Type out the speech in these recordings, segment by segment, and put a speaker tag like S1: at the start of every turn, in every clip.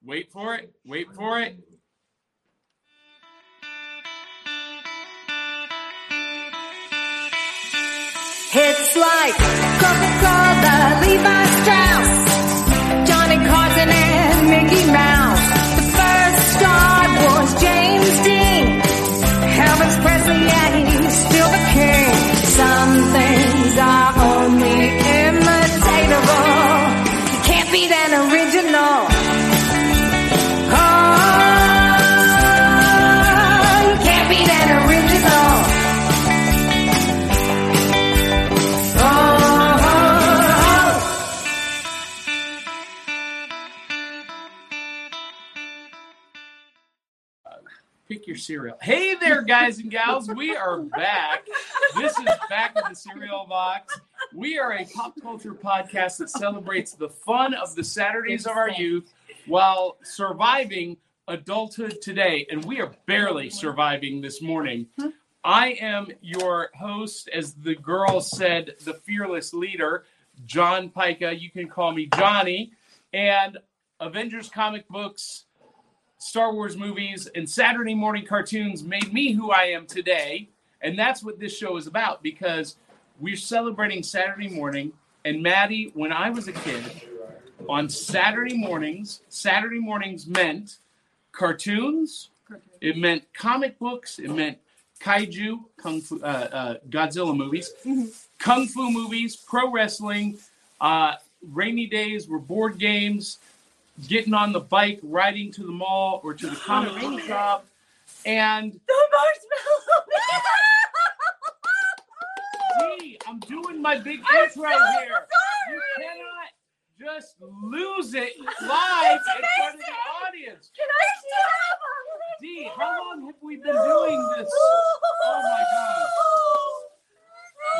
S1: Wait for it. Wait for it.
S2: Hits like Coca-Cola, Levi Strauss, Johnny Carson and Mickey Mouse. The first Star Wars, James Dean, Elvis Presley, yeah, he's still the king. Some things are only imitatable. You can't beat an original. Oh, you can't beat an original. Oh,
S1: Pick your cereal. Hey there, guys and gals. We are back. This is Back in the Cereal Box. We are a pop culture podcast that celebrates the fun of the Saturdays of our youth while surviving adulthood today. And we are barely surviving this morning. I am your host, as the girl said, the fearless leader, John Pica. You can call me Johnny. And Avengers comic books. Star Wars movies and Saturday morning cartoons made me who I am today. And that's what this show is about because we're celebrating Saturday morning. And Maddie, when I was a kid, on Saturday mornings, Saturday mornings meant cartoons, it meant comic books, it meant kaiju, kung fu, uh, uh, Godzilla movies, kung fu movies, pro wrestling, uh, rainy days were board games getting on the bike, riding to the mall or
S3: Oh,
S1: to the comic book shop. And
S3: The marshmallow.
S1: gee, I'm doing my big
S3: I'm
S1: itch right
S3: so
S1: here. You
S3: sorry.
S1: cannot just lose it live in front of the audience.
S3: Can I still have one?
S1: Dee, how long have we been doing this? Oh my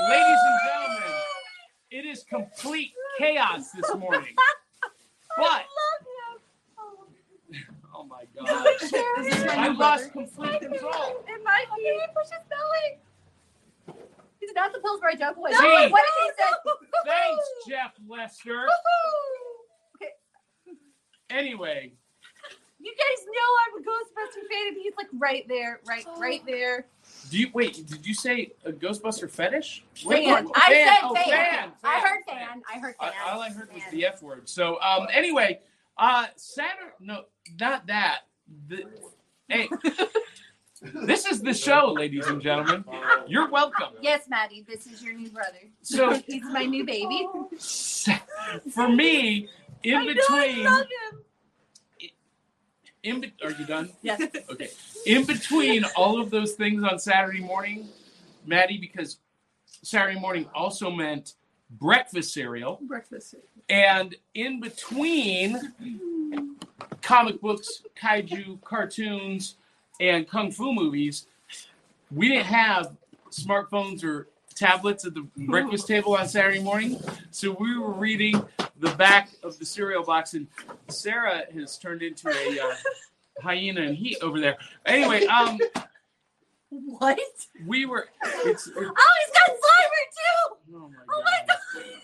S3: god.
S1: Ladies and gentlemen, it is complete chaos this morning. But, oh my God. I lost complete control.
S4: It might be. He pushed his belly. He's not the Pillsbury joke away.
S1: No,
S4: Wait, what
S3: no,
S4: did he say?
S1: Thanks, Jeff Lester. Anyway,
S4: You guys know I'm a Ghostbuster fan, and he's like right there, right, right there.
S1: do you wait? Did you say a Ghostbuster fetish?
S4: Fan.
S1: Wait,
S4: I said
S1: oh,
S4: fan.
S3: I heard fan. I heard fan.
S1: I- all I heard was the F word. So um, anyway, uh, Saturday. No, not that. The, hey, this is the show, ladies and gentlemen. You're welcome.
S4: Yes, Maddie, this is your new brother.
S1: So
S4: He's my new baby.
S1: for me,
S4: I
S1: in
S4: know,
S1: between,
S4: I love him.
S1: in be- are you done?
S3: Yes.
S1: Okay. In between all of those things on Saturday morning, Maddie, because Saturday morning also meant breakfast cereal.
S3: Breakfast.
S1: And in between comic books, kaiju, cartoons, and kung fu movies, we didn't have smartphones or tablets at the breakfast table on Saturday morning. So we were reading the back of the cereal box, and Sarah has turned into a uh, hyena in heat over there. Anyway, um,
S3: What?
S1: we were. It's, it-
S4: Oh, he's got Slimer too.
S1: oh my
S4: Oh my
S1: God.
S4: god.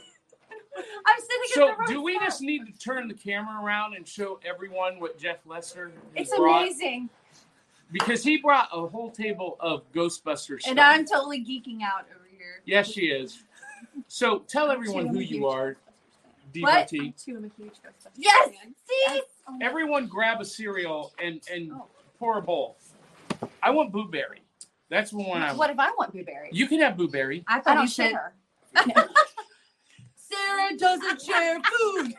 S4: I'm sitting
S1: So,
S4: in the wrong
S1: do we
S4: spot.
S1: just need to turn the camera around and show everyone what Jeff Lester has
S4: It's
S1: brought?
S4: amazing.
S1: Because he brought a whole table of Ghostbusters. stuff.
S4: And I'm totally geeking out over here.
S1: Yes, she is. So, tell everyone who you are,
S4: What?
S1: DVT.
S3: Two, I'm a huge Ghostbusters
S4: Yes,
S3: fan.
S4: see?
S1: Everyone grab a cereal and, and
S4: Oh.
S1: pour a bowl. I want blueberry. That's the one I want.
S3: What if I want blueberry?
S1: You can have blueberry.
S3: I
S4: I
S3: thought
S4: don't
S3: you said
S4: share.
S3: Sarah doesn't share food.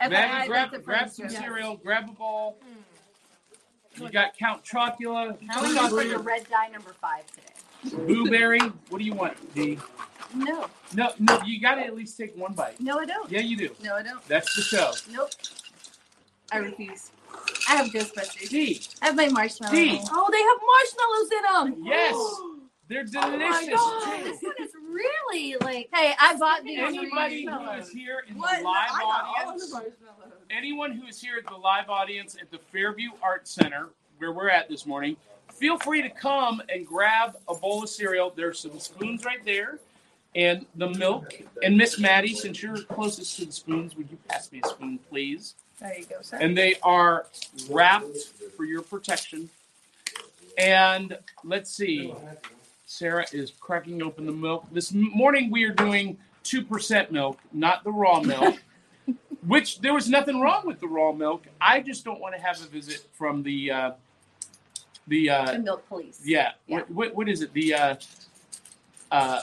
S1: Maggie, grab, grab some
S3: joke.
S1: cereal, grab a bowl.
S4: Hmm.
S1: You got Count Chocula,
S4: Now we got like a red dye number five today.
S1: blueberry. What do you want, D?
S4: No,
S1: No, no, you got to at least take one bite.
S4: no, I don't.
S1: Yeah, you do.
S4: No, I don't.
S1: That's the show.
S4: Nope. I refuse. I have Ghostbusters.
S1: D.
S4: I have my marshmallow.
S1: D.
S3: Oh, they have marshmallows in them.
S1: Yes, they're delicious.
S3: God.
S1: too.
S4: Oh This one is really like.
S3: Hey, I bought these.
S1: Anybody who is here in the live audience, anyone who is here at the live audience at the Fairview Art Center where we're at this morning, feel free to come and grab a bowl of cereal. There's some spoons right there, and the milk. And Miss Maddie, since you're closest to the spoons, would you pass me a spoon, please?
S4: There you go, sir.
S1: and they are wrapped for your protection. And let's see, Sarah is cracking open the milk. This m- morning we are doing 2% milk, not the raw milk, which there was nothing wrong with the raw milk. I just don't want to have a visit from the, uh, the, uh,
S4: the milk police.
S1: yeah,
S4: Yeah.
S1: What, what, what is it? The uh, uh,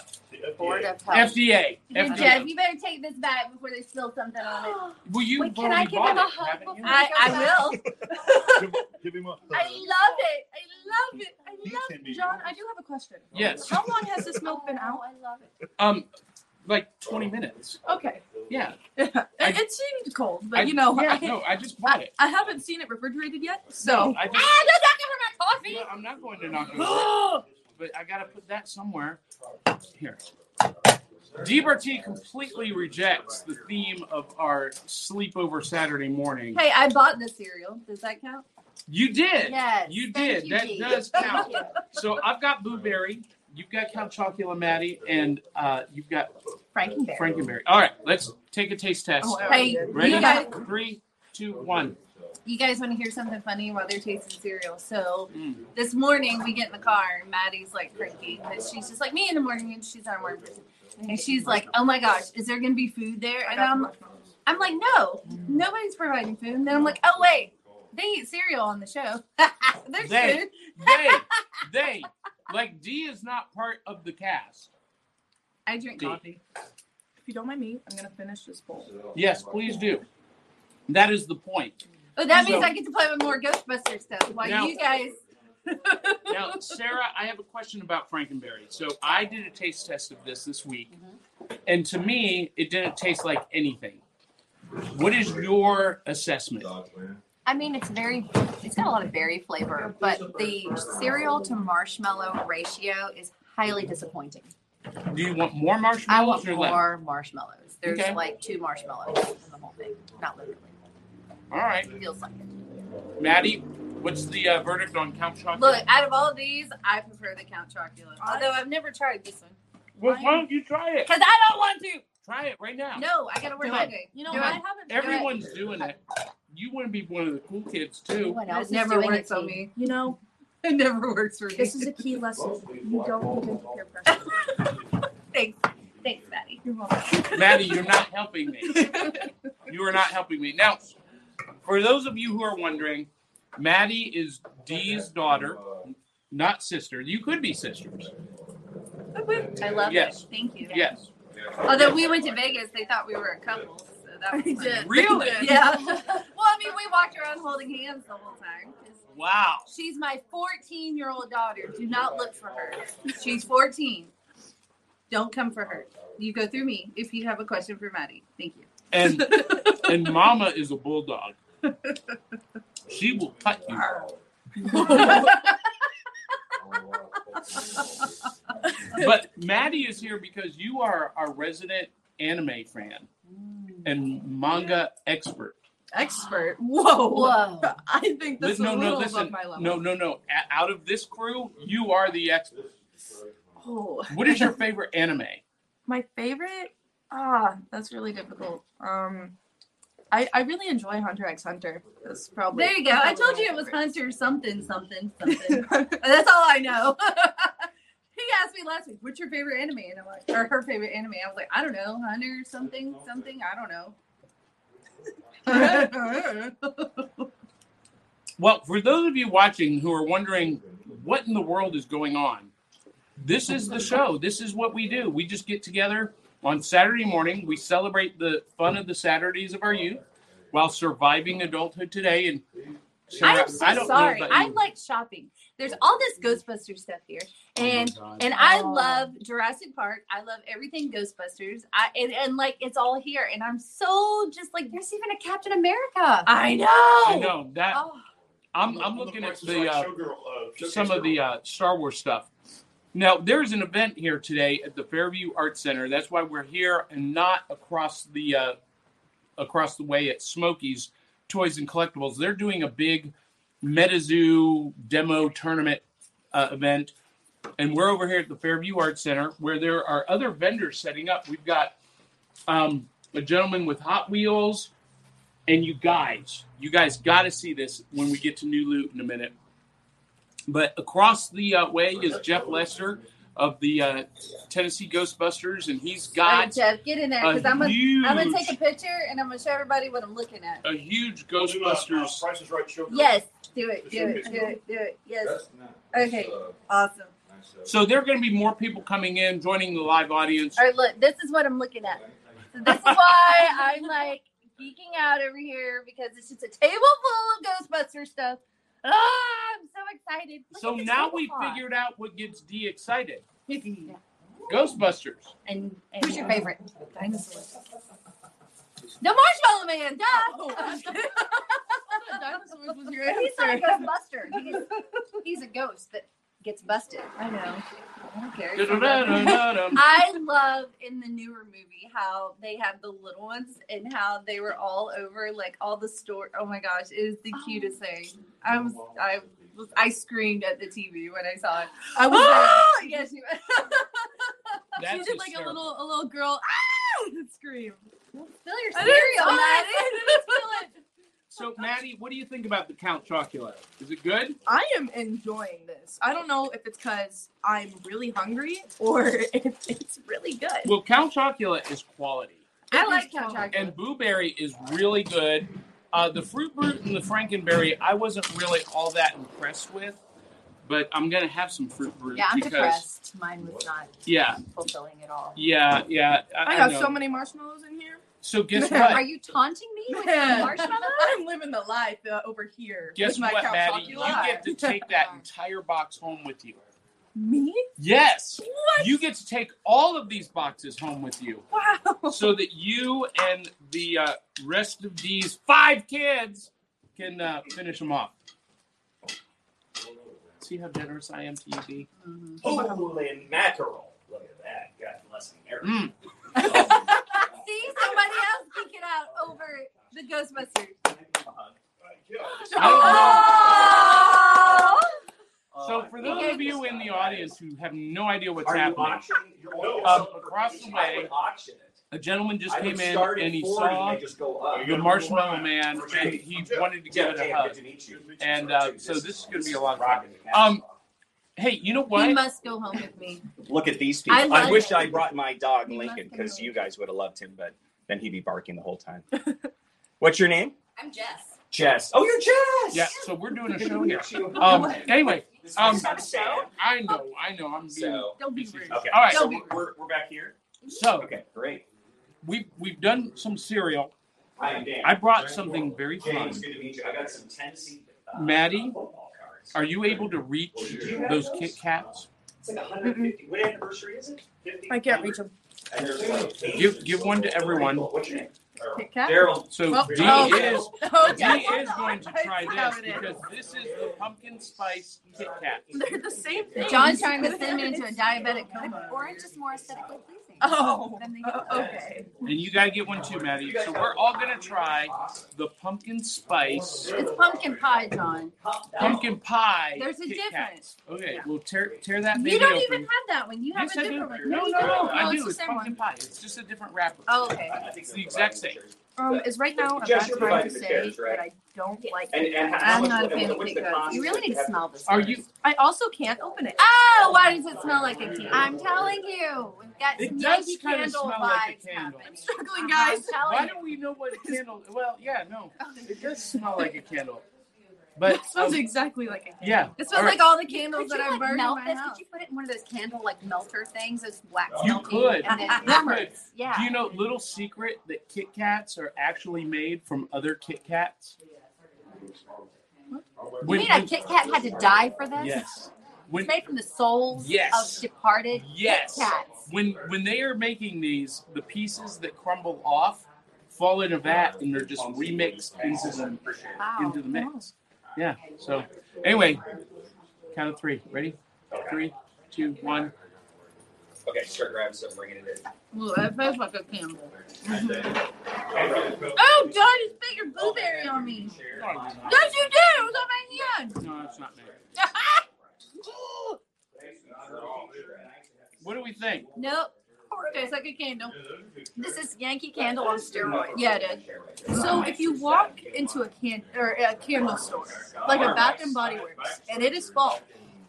S5: Board of Health.
S1: FDA.
S4: And
S1: FDA.
S4: Jeff, you better take this back before they spill something on it.
S1: Well, you've
S4: Wait, can I
S1: already
S4: give
S1: bought
S4: him a
S1: it,
S4: hug
S1: haven't you?
S3: before-
S4: I, I will.
S5: Give, give him a
S4: I love it. I love it. I love
S5: it,
S3: John, I do have a question.
S1: Yes.
S3: How long has this milk been out?
S4: Oh, I love it.
S1: Um, like 20 minutes.
S3: Okay.
S1: Yeah.
S3: it,
S1: I-
S3: it seemed cold,
S1: I-
S3: but you know,
S1: yeah,
S3: I,
S1: no, I just bought
S3: I,
S1: it.
S3: I haven't seen it refrigerated yet, so.
S1: I just,
S4: Ah, don't knock over my
S1: no,
S4: coffee.
S1: I'm not going to knock it over, but I gotta put that somewhere. Here. DBRT completely rejects the theme of our sleepover Saturday morning.
S4: Hey, I bought the cereal. Does that count?
S1: You did.
S4: Yes.
S1: You
S4: Thank
S1: did. That
S4: Dee.
S1: does
S4: Thank
S1: count.
S4: you.
S1: So I've got blueberry. You've got Count Chocula Matty, and uh, you've got
S4: Frankenberry.
S1: Frankenberry. All right, let's take a taste test.
S3: Oh, I-
S4: Hey,
S1: Ready?
S4: you guys,
S1: Three, two, one.
S4: you guys want to hear something funny while they're tasting cereal? So
S1: Mm.
S4: this morning we get in the car and Maddie's like cranky because she's just like me in the morning and she's not a morning person. And she's like, "Oh my gosh, is there gonna be food there?" And I'm, I'm like, "No, nobody's providing food." And then I'm like, "Oh wait, they eat cereal on the show. There's
S1: They-
S4: food."
S1: They, they, like D is not part of the cast.
S4: I drink
S1: Dee.
S4: coffee.
S3: If you don't mind me, I'm gonna finish this bowl.
S1: Yes, please do. That is the point.
S4: But Oh, that
S1: So-
S4: means I get to play with more Ghostbuster stuff while
S1: Now-
S4: you guys.
S1: Now, Sarah, I have a question about Frankenberry. So I did a taste test of this this week, and to me, it didn't taste like anything. What is your assessment?
S4: I mean, it's very, it's got a lot of berry flavor, but the cereal to marshmallow ratio is highly disappointing.
S1: Do you want more
S4: I
S1: marshmallows
S4: want
S1: or less?
S4: more marshmallows. There's
S1: Okay.
S4: like two marshmallows in the whole thing. Not literally.
S1: All right,
S4: It feels like it.
S1: Maddie, what's the uh, verdict on Count Chocula?
S4: Look, out of all of these, I prefer the Count Chocula. Although I've never tried this one.
S1: Well, why don't you try it?
S4: Because I don't want to.
S1: Try it right now.
S4: No, I got to work
S1: Do it.
S4: Monday.
S3: You know,
S4: Do
S3: I
S4: it.
S3: haven't.
S1: Everyone's doing it. You want to be one of the cool kids too.
S4: Everyone
S3: This
S4: else
S3: is
S4: never
S3: doing
S4: works
S3: it to
S4: on me.
S3: You know,
S4: It never works for me.
S3: this is a key lesson. You don't give in to peer pressure.
S4: Thanks. Thanks, Maddie.
S3: You're welcome.
S1: Maddie, you're not helping me. You are not helping me. Now, for those of you who are wondering, Maddie is Dee's daughter, not sister. You could be sisters.
S4: I love
S1: Yes.
S4: it. Thank you.
S1: Yes.
S4: Although we went to Vegas, they thought we were a couple. So that was funny.
S1: Really?
S4: Yeah. well, I mean, we walked around holding hands the whole time. 'cause
S1: Wow.
S4: She's my 14 year old daughter. Do not look for her. She's 14. Don't come for her. You go through me if you have a question for Maddie. Thank you.
S1: And and Mama is a bulldog. She will cut you. But Maddie is here because you are our resident anime fan and manga expert.
S3: Expert. Whoa.
S4: Whoa.
S3: I think that's
S1: no,
S3: a
S1: no,
S3: little
S1: listen.
S3: above my level.
S1: No, no, no. A- Out of this crew,
S4: Mm-hmm.
S1: you are the expert.
S3: Oh,
S1: What is your favorite anime?
S3: my favorite? Ah, that's really difficult. Um, I I really enjoy Hunter x Hunter. That's probably.
S4: There you go. I told you it was Hunter something, something, something. That's all I know. he asked me last week, what's your favorite anime? And I'm like, or her favorite anime. I was like, I don't know, Hunter something, something. I don't know.
S1: Well, for those of you watching who are wondering what in the world is going on, this is the show. This is what we do. We just get together on Saturday morning. We celebrate the fun of the Saturdays of our youth while surviving adulthood today. And
S4: I
S1: Sarah,
S4: am so
S1: I don't know
S4: sorry.
S1: about
S4: I
S1: you.
S4: like shopping. There's all this Ghostbuster stuff here,
S1: Oh my
S4: and
S1: God.
S4: and I
S3: Oh.
S4: love Jurassic Park. I love everything Ghostbusters. I and, and like it's all here, and I'm so just like there's even a Captain America.
S3: I know.
S1: I know that
S4: Oh,
S1: I'm I'm looking at the uh, some of the uh, Star Wars stuff. Now, there's an event here today at the Fairview Art Center. That's why we're here and not across the uh, across the way at Smokey's Toys and Collectibles. They're doing a big MetaZoo demo tournament uh, event, and we're over here at the Fairview Art Center where there are other vendors setting up. We've got um, a gentleman with Hot Wheels. and you guys, you guys got to see this when we get to New Loot in a minute. But across the uh, way is Jeff Lester of the uh, Tennessee Ghostbusters, and he's
S4: All
S1: got
S4: right, Jeff, get in there because
S1: a
S4: I'm gonna
S1: huge,
S4: I'm gonna take a picture and I'm gonna show everybody what I'm looking at.
S1: a huge
S5: We'll do, uh, uh,
S1: Ghostbusters.
S5: Price is right. show girl.
S4: Yes, do it, do it, do it, do it. Yes, Okay. awesome.
S1: So there are going to be more people coming in, joining the live audience.
S4: All right, look, this is what I'm looking at. So this is why I'm like geeking out over here because it's just a table full of Ghostbuster stuff. Ah, I'm so excited. Look
S1: So
S4: at this
S1: now
S4: table
S1: we
S4: cloth.
S1: figured out what gets D excited.
S4: Yeah.
S1: Ghostbusters.
S4: And, and who's your favorite dinosaur? The Marshmallow Man. Duh.
S3: Dinosaurs was your
S4: He's not a
S3: answer.
S4: Ghostbuster. He's, he's a ghost that gets busted.
S3: I know.
S4: I don't care.
S1: Da-da-da-da-da-dum.
S4: I love in the newer movie how they have the little ones and how they were all over like all the store. Oh my gosh, it is the cutest thing. I was I was I screamed at the TV when I saw it.
S3: I was.
S4: Ah! Yes, you.
S3: she
S1: That's
S3: did like a
S1: hysterical.
S3: little a little girl ah scream.
S4: Spill your
S3: I didn't
S4: cereal,
S3: spill it.
S4: Maddie.
S3: I didn't
S1: So, Maddie, what do you think about the Count Chocula? Is it good?
S3: I am enjoying this. I don't know if it's because I'm really hungry or if it's really good.
S1: Well, Count Chocula is quality,
S4: I like Count Chocula.
S1: and Blueberry is really good. Uh, the Fruit Brute and the Frankenberry, I wasn't really all that impressed with, but I'm gonna have some Fruit Brute
S4: Yeah, I'm
S1: because
S4: depressed. Mine was not
S1: yeah,
S4: fulfilling at all.
S1: yeah, yeah. I,
S3: I got
S1: know.
S3: so many marshmallows in here.
S1: So guess
S4: Are
S1: what?
S4: you taunting me with
S3: Man.
S4: the marshmallow?
S3: I'm living the life uh, over here.
S1: Guess
S3: with my
S1: what,
S3: Count
S1: Maddie? You
S3: Chocula.
S1: get to take that entire box home with you.
S3: me.
S1: Yes, you get to take all of these boxes home with you.
S3: Wow.
S1: so that you and the uh, rest of these five kids can uh, finish them off. See how generous I am to you, D?
S5: Holy mackerel. Look at that. God bless America.
S1: Mm.
S4: See, somebody else geek it out over the Ghostbusters.
S1: Oh!
S4: Oh!
S6: Uh,
S1: So, for those of you in the audience who have no idea what's
S6: Are you
S1: happening,
S6: auctioning? You're
S5: No.
S6: only
S5: Um,
S1: Uh,
S6: selling for
S1: across
S6: piece.
S1: the
S6: I
S1: way,
S6: would auction it.
S1: a gentleman just
S6: I would
S1: came in
S6: start at
S1: and he
S6: 40 and
S1: saw
S6: they just go up.
S1: the marshmallow man and he wanted to
S6: Yeah,
S1: give it a
S6: hey,
S1: hug.
S6: Good to meet you.
S1: And, uh, so this is gonna be a lot of fun.
S6: Rocking the castle.
S1: Um, Hey, you know
S4: He
S1: what?
S4: must go home with me.
S7: Look at these
S4: I
S7: people. I,
S4: love
S7: wish
S4: it.
S7: I brought my dog
S4: He
S7: Lincoln
S4: must have
S7: because
S4: known.
S7: you guys would have loved him, but then he'd be barking the whole time. What's your name?
S4: I'm Jess.
S7: Jess. Oh, you're Jess.
S1: Yeah, so we're doing a
S7: Good to
S1: show
S7: meet
S1: here.
S7: you.
S1: Um, anyway,
S7: This is
S1: um,
S7: my son, Sam.
S1: I know, I know, I'm being.
S7: So,
S3: Don't be
S1: This is-
S3: rude.
S7: okay.
S1: All right.
S7: So we're- we're, we're back here.
S1: So,
S7: Okay, great.
S1: we've, we've done some cereal.
S7: I am Dan.
S1: I brought something very fun.
S7: James, good to meet you. I got some Tennessee. Uh,
S1: Maddie,
S7: football cards.
S1: Are you able to reach
S7: Do you have
S1: those Kit Kats?
S7: It's like 150. What anniversary is it? 50?
S3: I can't reach them.
S7: And there's like eight.
S1: Give give one to everyone.
S7: What's your name?
S3: Kit Kat?
S7: Daryl.
S1: So
S3: Well,
S1: D
S3: oh,
S1: is
S3: Oh,
S1: D
S3: that's-
S1: is going to try
S3: I doubt
S1: this
S3: it.
S1: because this is the pumpkin spice Kit Kat.
S3: They're the same thing.
S4: John's trying to send me into a diabetic coma. Orange is more aesthetically pleasing.
S3: Oh.
S4: Then they get-
S3: Uh, okay.
S1: And you gotta get one too, Maddie. So we're all gonna try the pumpkin spice
S4: It's pumpkin pie, John.
S1: pumpkin pie.
S4: There's a
S1: Kit
S4: difference.
S1: Kats. Okay, we'll tear tear that
S4: You
S1: baby
S4: don't
S1: open.
S4: even have that one. You have
S1: yes,
S4: a
S1: I do.
S4: different one.
S1: No, no,
S4: you
S1: no,
S4: don't.
S1: I
S4: it's
S1: do.
S4: the
S1: It's
S4: same
S1: pumpkin
S4: one.
S1: pie. It's just a different wrapper.
S4: Oh, okay.
S1: It's the exact same.
S3: Um, is right now a
S7: Jess,
S3: bad time to
S7: you're providing the
S3: say
S7: carrots,
S3: that
S7: right?
S3: I don't like
S7: And,
S3: it.
S7: and how
S4: I'm
S7: much-
S4: not a
S7: and
S4: fan of
S7: what's
S4: Big
S7: the
S4: Ghost.
S7: cost
S4: You really
S7: to
S4: need to
S7: have-
S4: smell this.
S1: Are
S4: first.
S1: you
S3: I also can't open it.
S4: Oh, why does it smell like a candle? I'm telling you. We've got
S1: It
S4: some
S1: does
S4: Yankee
S1: kinda
S4: candle
S1: smell
S4: vibes
S1: like a candle.
S4: happening.
S3: I'm struggling,
S4: Uh-huh,
S3: guys.
S4: I'm
S1: why
S4: telling you. Oh.
S1: don't we know what candle well yeah, no. It does smell like a candle. But
S3: That smells
S1: um,
S3: exactly like a
S1: yeah.
S4: It smells
S1: All right.
S4: like all the candles
S3: Could
S4: that
S3: you,
S4: I
S3: like,
S4: burned
S3: melt
S4: in my
S3: this?
S4: house.
S3: Could
S4: you put it in one of those candle like melter things? Those wax
S1: You could.
S4: And then
S1: You could.
S4: hammered. Yeah.
S1: Do you know little secret that Kit Kats are actually made from other Kit Kats?
S4: You
S1: When-
S4: mean a
S1: when-
S4: Kit Kat had to die for this?
S1: Yes.
S4: It's
S1: When
S4: made from the souls
S1: Yes.
S4: of departed
S1: yes.
S4: Kit Kats.
S1: When when they are making these, the pieces that crumble off fall in a vat and they're just remixed into the
S4: Wow.
S1: into the mix. Yeah. So anyway, count of three. Ready? Three, two, one.
S7: Okay, start grabbing some, bringing it in.
S4: Ooh, that smells like a candle.
S7: Okay.
S4: Oh, John, you spit your blueberry on me. Yes, you did. It was on my hand.
S1: No, that's not me. What do we think?
S4: nope. Tastes like a candle.
S5: This
S4: This
S5: is
S4: is Yankee Candle on steroids.
S5: Yeah, it is.
S4: So if you walk into a can or a candle store, like a Bath and Body Works, and it is fall,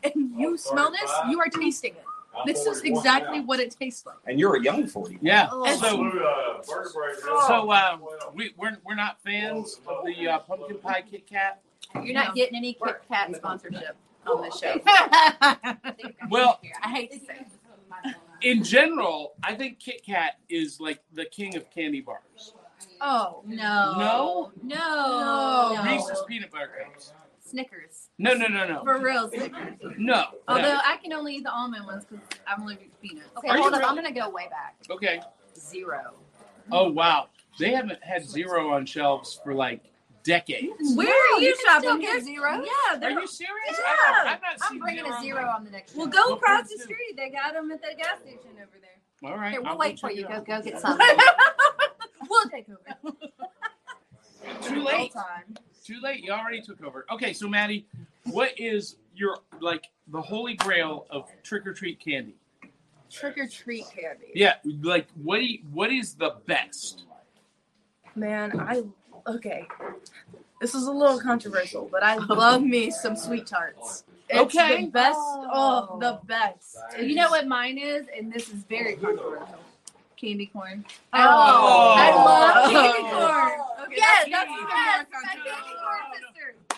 S4: and you smell this, you are tasting it. This is exactly what it tastes like.
S7: And you're a young 40.
S1: Yeah.
S4: Oh.
S1: So,
S8: uh,
S1: so
S5: So,
S1: uh,
S4: um,
S1: we, we're, we're not fans of the uh, pumpkin pie Kit Kat.
S4: You're not getting any Kit Kat sponsorship on this show.
S1: Well-
S4: I hate to say. it.
S1: In general, I think Kit Kat is like the king of candy bars.
S4: Oh no, no, no,
S1: Reese's peanut butter cups.
S4: Snickers
S1: No, no, no, no,
S4: for real Snickers.
S1: no.
S4: Although I can only eat the almond ones because I'm allergic to peanuts.
S6: Okay,
S1: Are you
S6: hold up.
S1: really-
S6: I'm gonna go way back.
S1: no. Okay.
S6: Zero.
S1: Oh wow, they haven't had zero on shelves for like decades.
S4: Where are you,
S6: you can still
S4: shopping?
S6: get
S4: There's-
S6: zeros.
S4: Yeah,
S1: Are
S4: they're
S1: you serious? I- I've not
S6: I'm
S1: seen
S6: bringing a zero on the next.
S4: Well,
S6: show.
S4: go
S1: Well,
S4: across the
S1: please do.
S4: street. They got them at that gas station over there.
S1: All right.
S6: Here, we'll
S1: I'll
S6: wait
S1: go
S6: for
S1: check
S6: you.
S1: it
S6: Go
S1: out.
S6: go get something.
S4: we'll take over.
S1: Too late.
S4: time.
S1: Too late. You already took over. Okay, so Maddie, what is your like the holy grail of trick or treat candy?
S3: Trick or treat candy.
S1: Yeah, like what do you, what is the best?
S3: Man, I okay. This is a little controversial, but I love me some sweet tarts. It's
S1: Okay.
S3: the best.
S6: Oh.
S3: Oh, the best.
S4: You know what mine is, and this is very controversial. Candy corn.
S3: I love-
S1: Oh.
S4: I love
S3: Oh.
S4: candy corn. Okay,
S3: Yes,
S4: that's even
S6: yes,
S4: more
S6: my candy
S4: controversial.
S1: corn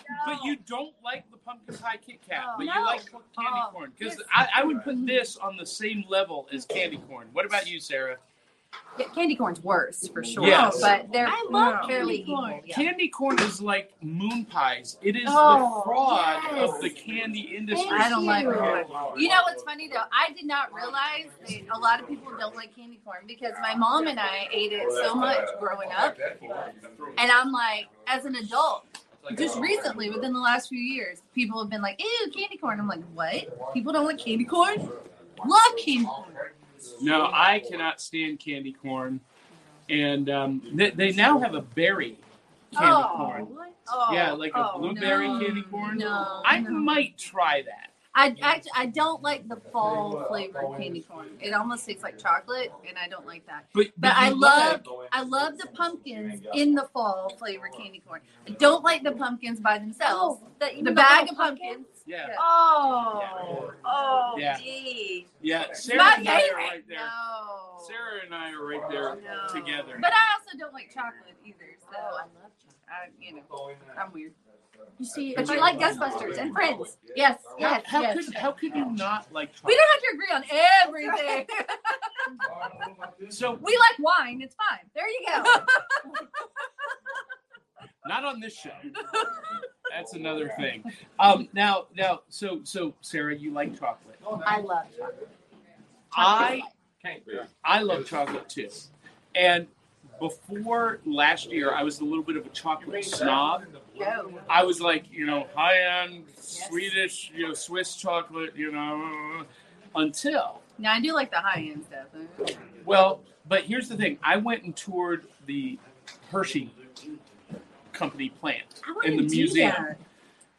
S1: Oh, But you don't like the pumpkin pie Kit Kat, but you
S4: No.
S1: like candy
S6: Um,
S4: Oh,
S1: corn because
S4: yes.
S1: I, I would put this on the same level as candy corn. What about you, Sarah?
S6: Yeah, candy corn's worse for sure.
S1: Yes.
S6: But they're
S4: I love
S6: fairly
S4: candy corn.
S6: equal. Yeah.
S1: Candy corn is like moon pies. It is
S4: Oh,
S1: the fraud
S4: yes.
S1: of the candy industry.
S4: I don't like
S6: Thank
S4: it. You know what's funny though? I did not realize that a lot of people don't like candy corn because my mom and I ate it so much growing up. And I'm like, as an adult,
S1: oh.
S4: just recently, within the last few years, people have been like, ew, candy corn. I'm like, what? People don't like candy corn? Love candy corn.
S1: No, I cannot stand candy corn, and um, they, they now have a berry candy
S4: oh,
S1: corn.
S4: What? Oh,
S1: yeah, like a
S4: oh,
S1: blueberry
S4: no,
S1: candy corn.
S4: No,
S1: I
S4: no.
S1: might try that.
S4: I actually I don't like the fall flavored candy corn. It almost tastes like chocolate, and I don't like that.
S1: But
S4: But I
S1: you
S4: love I love the pumpkins in the fall flavored candy corn. I don't like the pumpkins by themselves.
S6: The,
S4: Oh, The bag of pumpkins.
S1: yeah,
S4: Oh, oh,
S1: Yeah.
S4: gee.
S1: yeah.
S4: It's
S1: Sarah
S4: my
S1: and I are
S4: favorite.
S1: right there.
S4: No.
S1: Sarah and I are right there
S4: No.
S1: together.
S4: But I also don't like chocolate either. So Oh, I, I you know, I'm weird.
S3: You see,
S6: But you like Ghostbusters and Friends.
S4: Yes,
S1: How-
S4: yes,
S1: how,
S4: yes.
S1: could how could you not like?
S4: we don't have to agree on everything.
S1: chocolate? So
S4: we like wine. It's fine.
S6: There you go.
S1: not on this show. That's another thing. Um, now, now, so, so, Sarah, you like chocolate.
S6: I love chocolate.
S1: I, I love chocolate too. And before last year, I was a little bit of a chocolate snob.
S4: No.
S1: I was like, you know, high end Swedish, you know, Swiss chocolate, you know, until
S4: Now I do like the high end stuff.
S1: well. But here's the thing: I went and toured the Hershey company plant.
S4: I
S1: In the
S4: wouldn't do
S1: museum.
S4: that.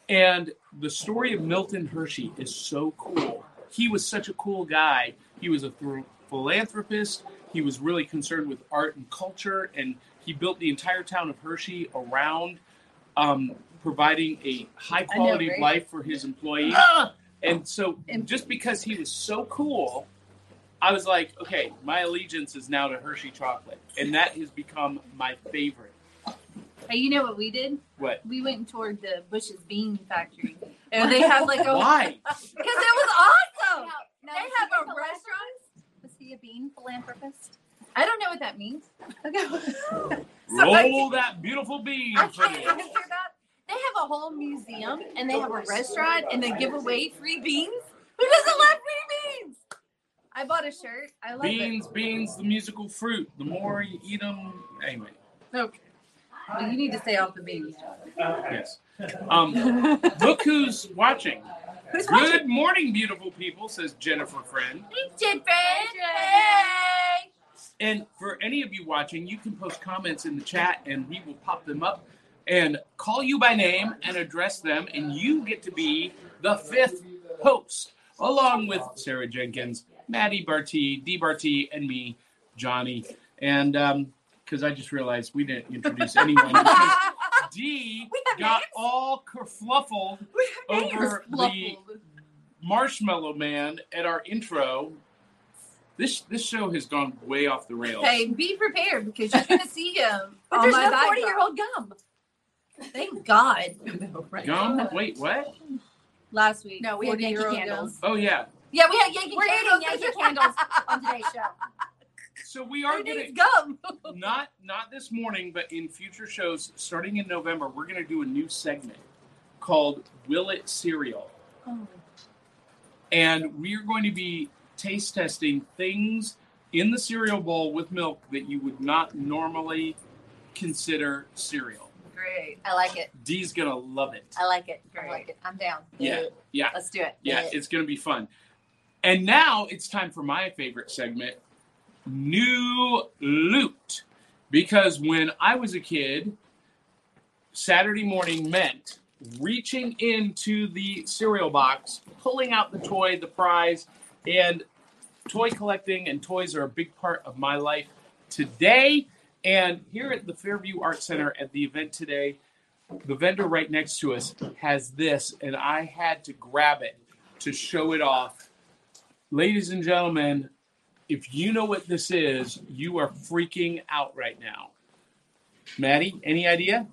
S1: And the story of Milton Hershey is so cool. He was such a cool guy. He was a thr- philanthropist. He was really concerned with art and culture, and he built the entire town of Hershey around um, providing a high quality
S4: right? Ah!
S1: life for his employees. And so,
S4: And-
S1: just because he was so cool, I was like, okay, my allegiance is now to Hershey chocolate, and that has become my favorite.
S4: Hey, you know what we did?
S1: What?
S4: We went and toured the Bush's Bean Factory, and they have like a
S1: Why?
S4: because it was
S6: Now,
S4: awesome.
S6: now,
S4: Oh, They
S6: was
S4: have
S6: he
S4: a
S6: philanthropist?
S4: restaurant.
S6: Was he a bean philanthropist?
S4: I don't know what that means. Okay.
S1: Roll that beautiful bean
S4: I
S1: for
S4: can't
S1: me.
S4: answer that. They have a whole museum and they have a restaurant and they give away free beans. Who doesn't love free beans? I bought a shirt. I love
S1: Beans, beans, the musical fruit. The more you eat them, anyway.
S4: it. Okay. Well, you need to stay off the beans.
S1: Yes. Um, look who's watching.
S4: Who's
S1: Good morning, beautiful people, says Jennifer Friend.
S4: Jennifer.
S6: Hey.
S1: And for any of you watching, you can post comments in the chat and we will pop them up and call you by name and address them. And you get to be the fifth host, along with Sarah Jenkins, Maddie Barti, D Barti, and me, Johnny. And because I just realized we didn't introduce anyone. because D
S4: We have
S1: got
S4: names?
S1: all kerfluffled
S4: names.
S1: over the
S4: Fluffled.
S1: Marshmallow Man at our intro. This this show has gone way off the rails.
S4: Hey, be prepared because you're gonna see him
S6: But
S4: on
S6: there's
S4: my
S6: no 40 year
S4: background.
S6: old gum.
S4: Thank God.
S1: Gum? Wait, what?
S4: Last week.
S6: No, we had Yankee
S4: 40-year-old
S6: candles.
S4: gum.
S1: Oh yeah.
S6: Yeah, we had Yankee
S4: We're
S6: candles.
S4: eating
S6: Yankee candles on today's show.
S1: So we are
S4: Who
S1: gonna
S4: needs gum?
S1: not not this morning, but in future shows starting in November, we're gonna do a new segment called Will It Cereal.
S6: Oh.
S1: And we are going to be taste testing things in the cereal bowl with milk that you would not normally consider cereal.
S4: Great.
S6: I like it.
S1: Dee's gonna love it.
S6: I like it. I
S4: Great.
S6: like it. I'm down.
S1: Yeah, yeah.
S6: Let's do it.
S1: Yeah, it's going to be fun. And now it's time for my favorite segment, New Loot. Because when I was a kid, Saturday morning meant reaching into the cereal box, pulling out the toy, the prize, and toy collecting and toys are a big part of my life today. And here at the Fairview Art Center at the event today, the vendor right next to us has this, and I had to grab it to show it off. Ladies and gentlemen, if you know what this is, you are freaking out right now. Maddie, any idea?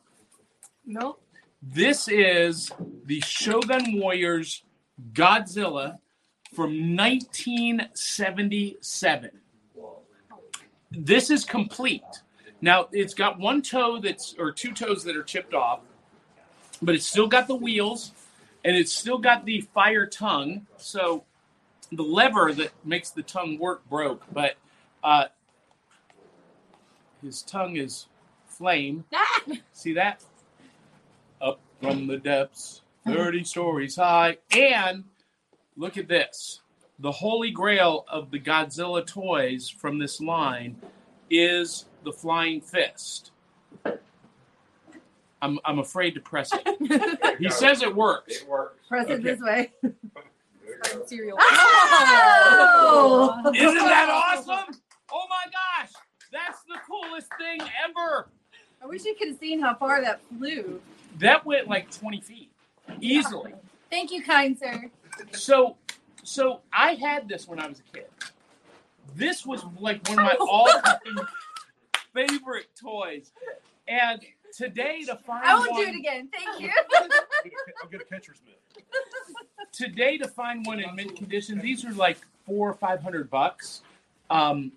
S3: Nope.
S1: This is the Shogun Warriors Godzilla from 1977. This is complete. Now, it's got one toe that's, or two toes that are chipped off, but it's still got the wheels and it's still got the fire tongue. So the lever that makes the tongue work broke, but uh, his tongue is flame. See that? Up from the depths, 30 stories high. And look at this. The holy grail of the Godzilla toys from this line is the flying fist. I'm, I'm afraid to press it. He says it works.
S5: It works.
S4: Press
S1: Okay.
S4: it this way.
S6: Cereal.
S3: Ah!
S4: Oh!
S1: Isn't that awesome? Oh my gosh. That's the coolest thing ever.
S4: I wish you could have seen how far that flew.
S1: That went like 20 feet easily.
S6: Thank you, kind sir.
S1: So, so I had this when I was a kid. This was like one of my all-time favorite toys, and today to find
S4: I won't
S1: one,
S4: do it again. Thank you.
S8: I'll get a catcher's mitt.
S1: today to find one in mint condition, these are like four or five hundred bucks, um,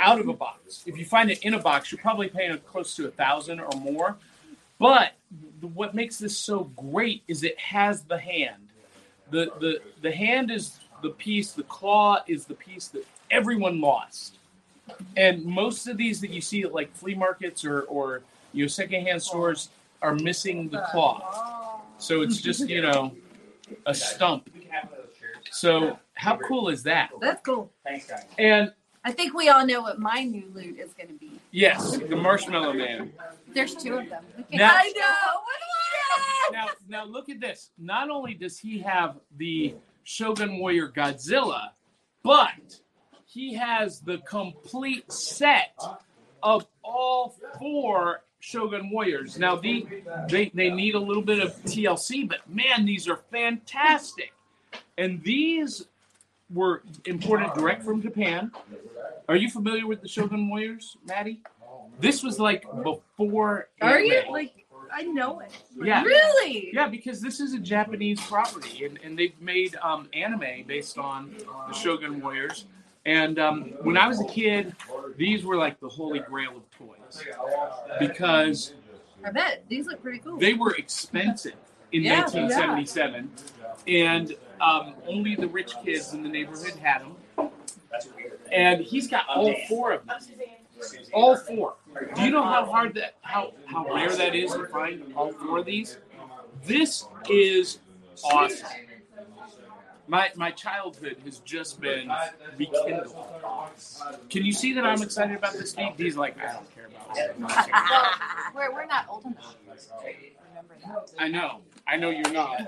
S1: out of a box. If you find it in a box, you're probably paying close to a thousand or more. But the, what makes this so great is it has the hand. The the the hand is the piece. The claw is the piece that everyone lost. And most of these that you see at like flea markets or or you know secondhand stores are missing the claw. So it's just you know a stump.
S5: We can have those chairs.
S1: So how cool is that?
S4: That's cool.
S5: Thanks, guys.
S1: And
S4: I think we all know what my new loot is going to be.
S1: yes, the marshmallow man.
S6: There's two of them. We can't-
S1: Now-
S4: I know. What do I
S1: Now now look at this. Not only does he have the Shogun Warrior Godzilla, but he has the complete set of all four Shogun Warriors. Now the they, they need a little bit of TLC, but man, these are fantastic. And these were imported direct from Japan. Are you familiar with the Shogun Warriors, Maddie? This was like before.
S4: Are
S1: anime.
S4: you? Like, I know it.
S1: Yeah.
S4: Really?
S1: Yeah, because this is a Japanese property, and, and they've made um, anime based on the Shogun Warriors. And um, when I was a kid, these were like the holy grail of toys because
S4: I bet. These look pretty cool.
S1: they were expensive in
S4: Yeah,
S1: 1977, and um, only the rich kids in the neighborhood had them.
S5: That's weird.
S1: And he's got all four of them. All four. Do you know how hard that how how rare that is to find all four of these? This is awesome. My my childhood has just been rekindled. Can you see that I'm excited about this deep? He's like, I don't care about it.
S6: we're, we're not old enough. to Remember that.
S1: I know. I know you're not.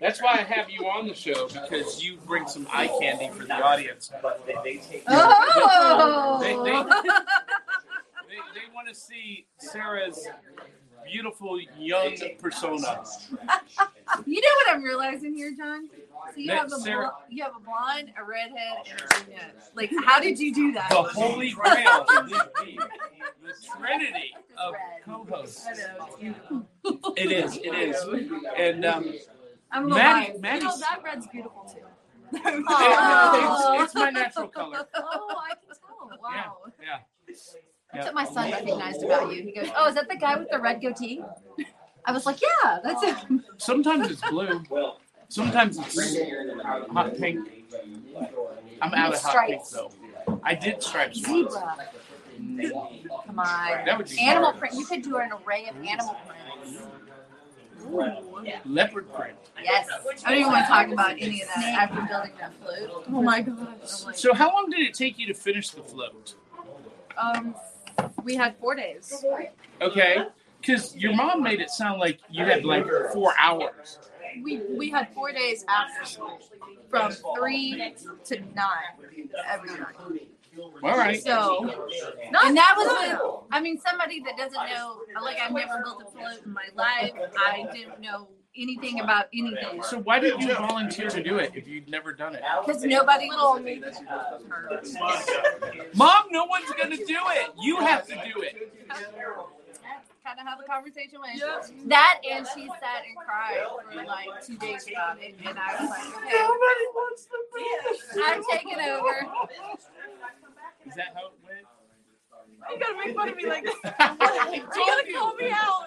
S1: That's why I have you on the show because you bring some eye candy for the audience.
S3: But they, they take
S4: Oh!
S1: They- they- They, they want to see Sarah's beautiful young persona.
S4: You know what I'm realizing here, John? So you
S1: That
S4: have a bl-
S1: Sarah-
S4: you have a blonde, a redhead, and a brunette. Like, how did you do that?
S1: The holy grail, the, the trinity of co-hosts.
S4: I know, it's beautiful.
S1: It is, it is. And um,
S4: I'm a little
S1: Maddie,
S4: biased.
S1: Maddie's,
S5: No, that red's beautiful too.
S1: it's,
S4: Oh.
S1: it's my natural color.
S4: Oh, I can tell. Wow.
S1: Yeah.
S4: That's what my son recognized about you. He goes, "Oh, is that the guy with the red goatee?" I was like, "Yeah, that's it."
S1: Sometimes it's blue.
S3: Well,
S1: Sometimes it's hot pink. I'm out of hot pink though. I did stripes once.
S4: Zebra. Come on.
S1: That would be
S4: Animal
S1: hard.
S4: print. You could do an array of animal prints.
S1: Leopard print.
S4: Yes. I don't even want to talk about any of that after building that float.
S5: Oh my gosh.
S4: I'm like,
S1: So how long did it take you to finish the float?
S5: Um, we had four days.
S1: Okay, because your mom made it sound like you had like four hours.
S5: We we had four days after school, from three to nine every night.
S1: All right.
S5: So
S4: and that was when, I mean, somebody that doesn't know, like, I've never built a float in my life. I didn't know anything about anything.
S1: So why did you volunteer to do it if you'd never done it?
S4: Because nobody
S5: Little
S4: was
S5: me.
S1: Mom, no one's gonna do it. You have to do it.
S4: kind of how the conversation went. That and she sat and cried for like two days about it, and I was like, okay,
S1: wants to be.
S4: I'm taking over.
S1: Is that how it went?
S5: you gotta make fun of me like this.
S1: I
S5: You gotta call me out.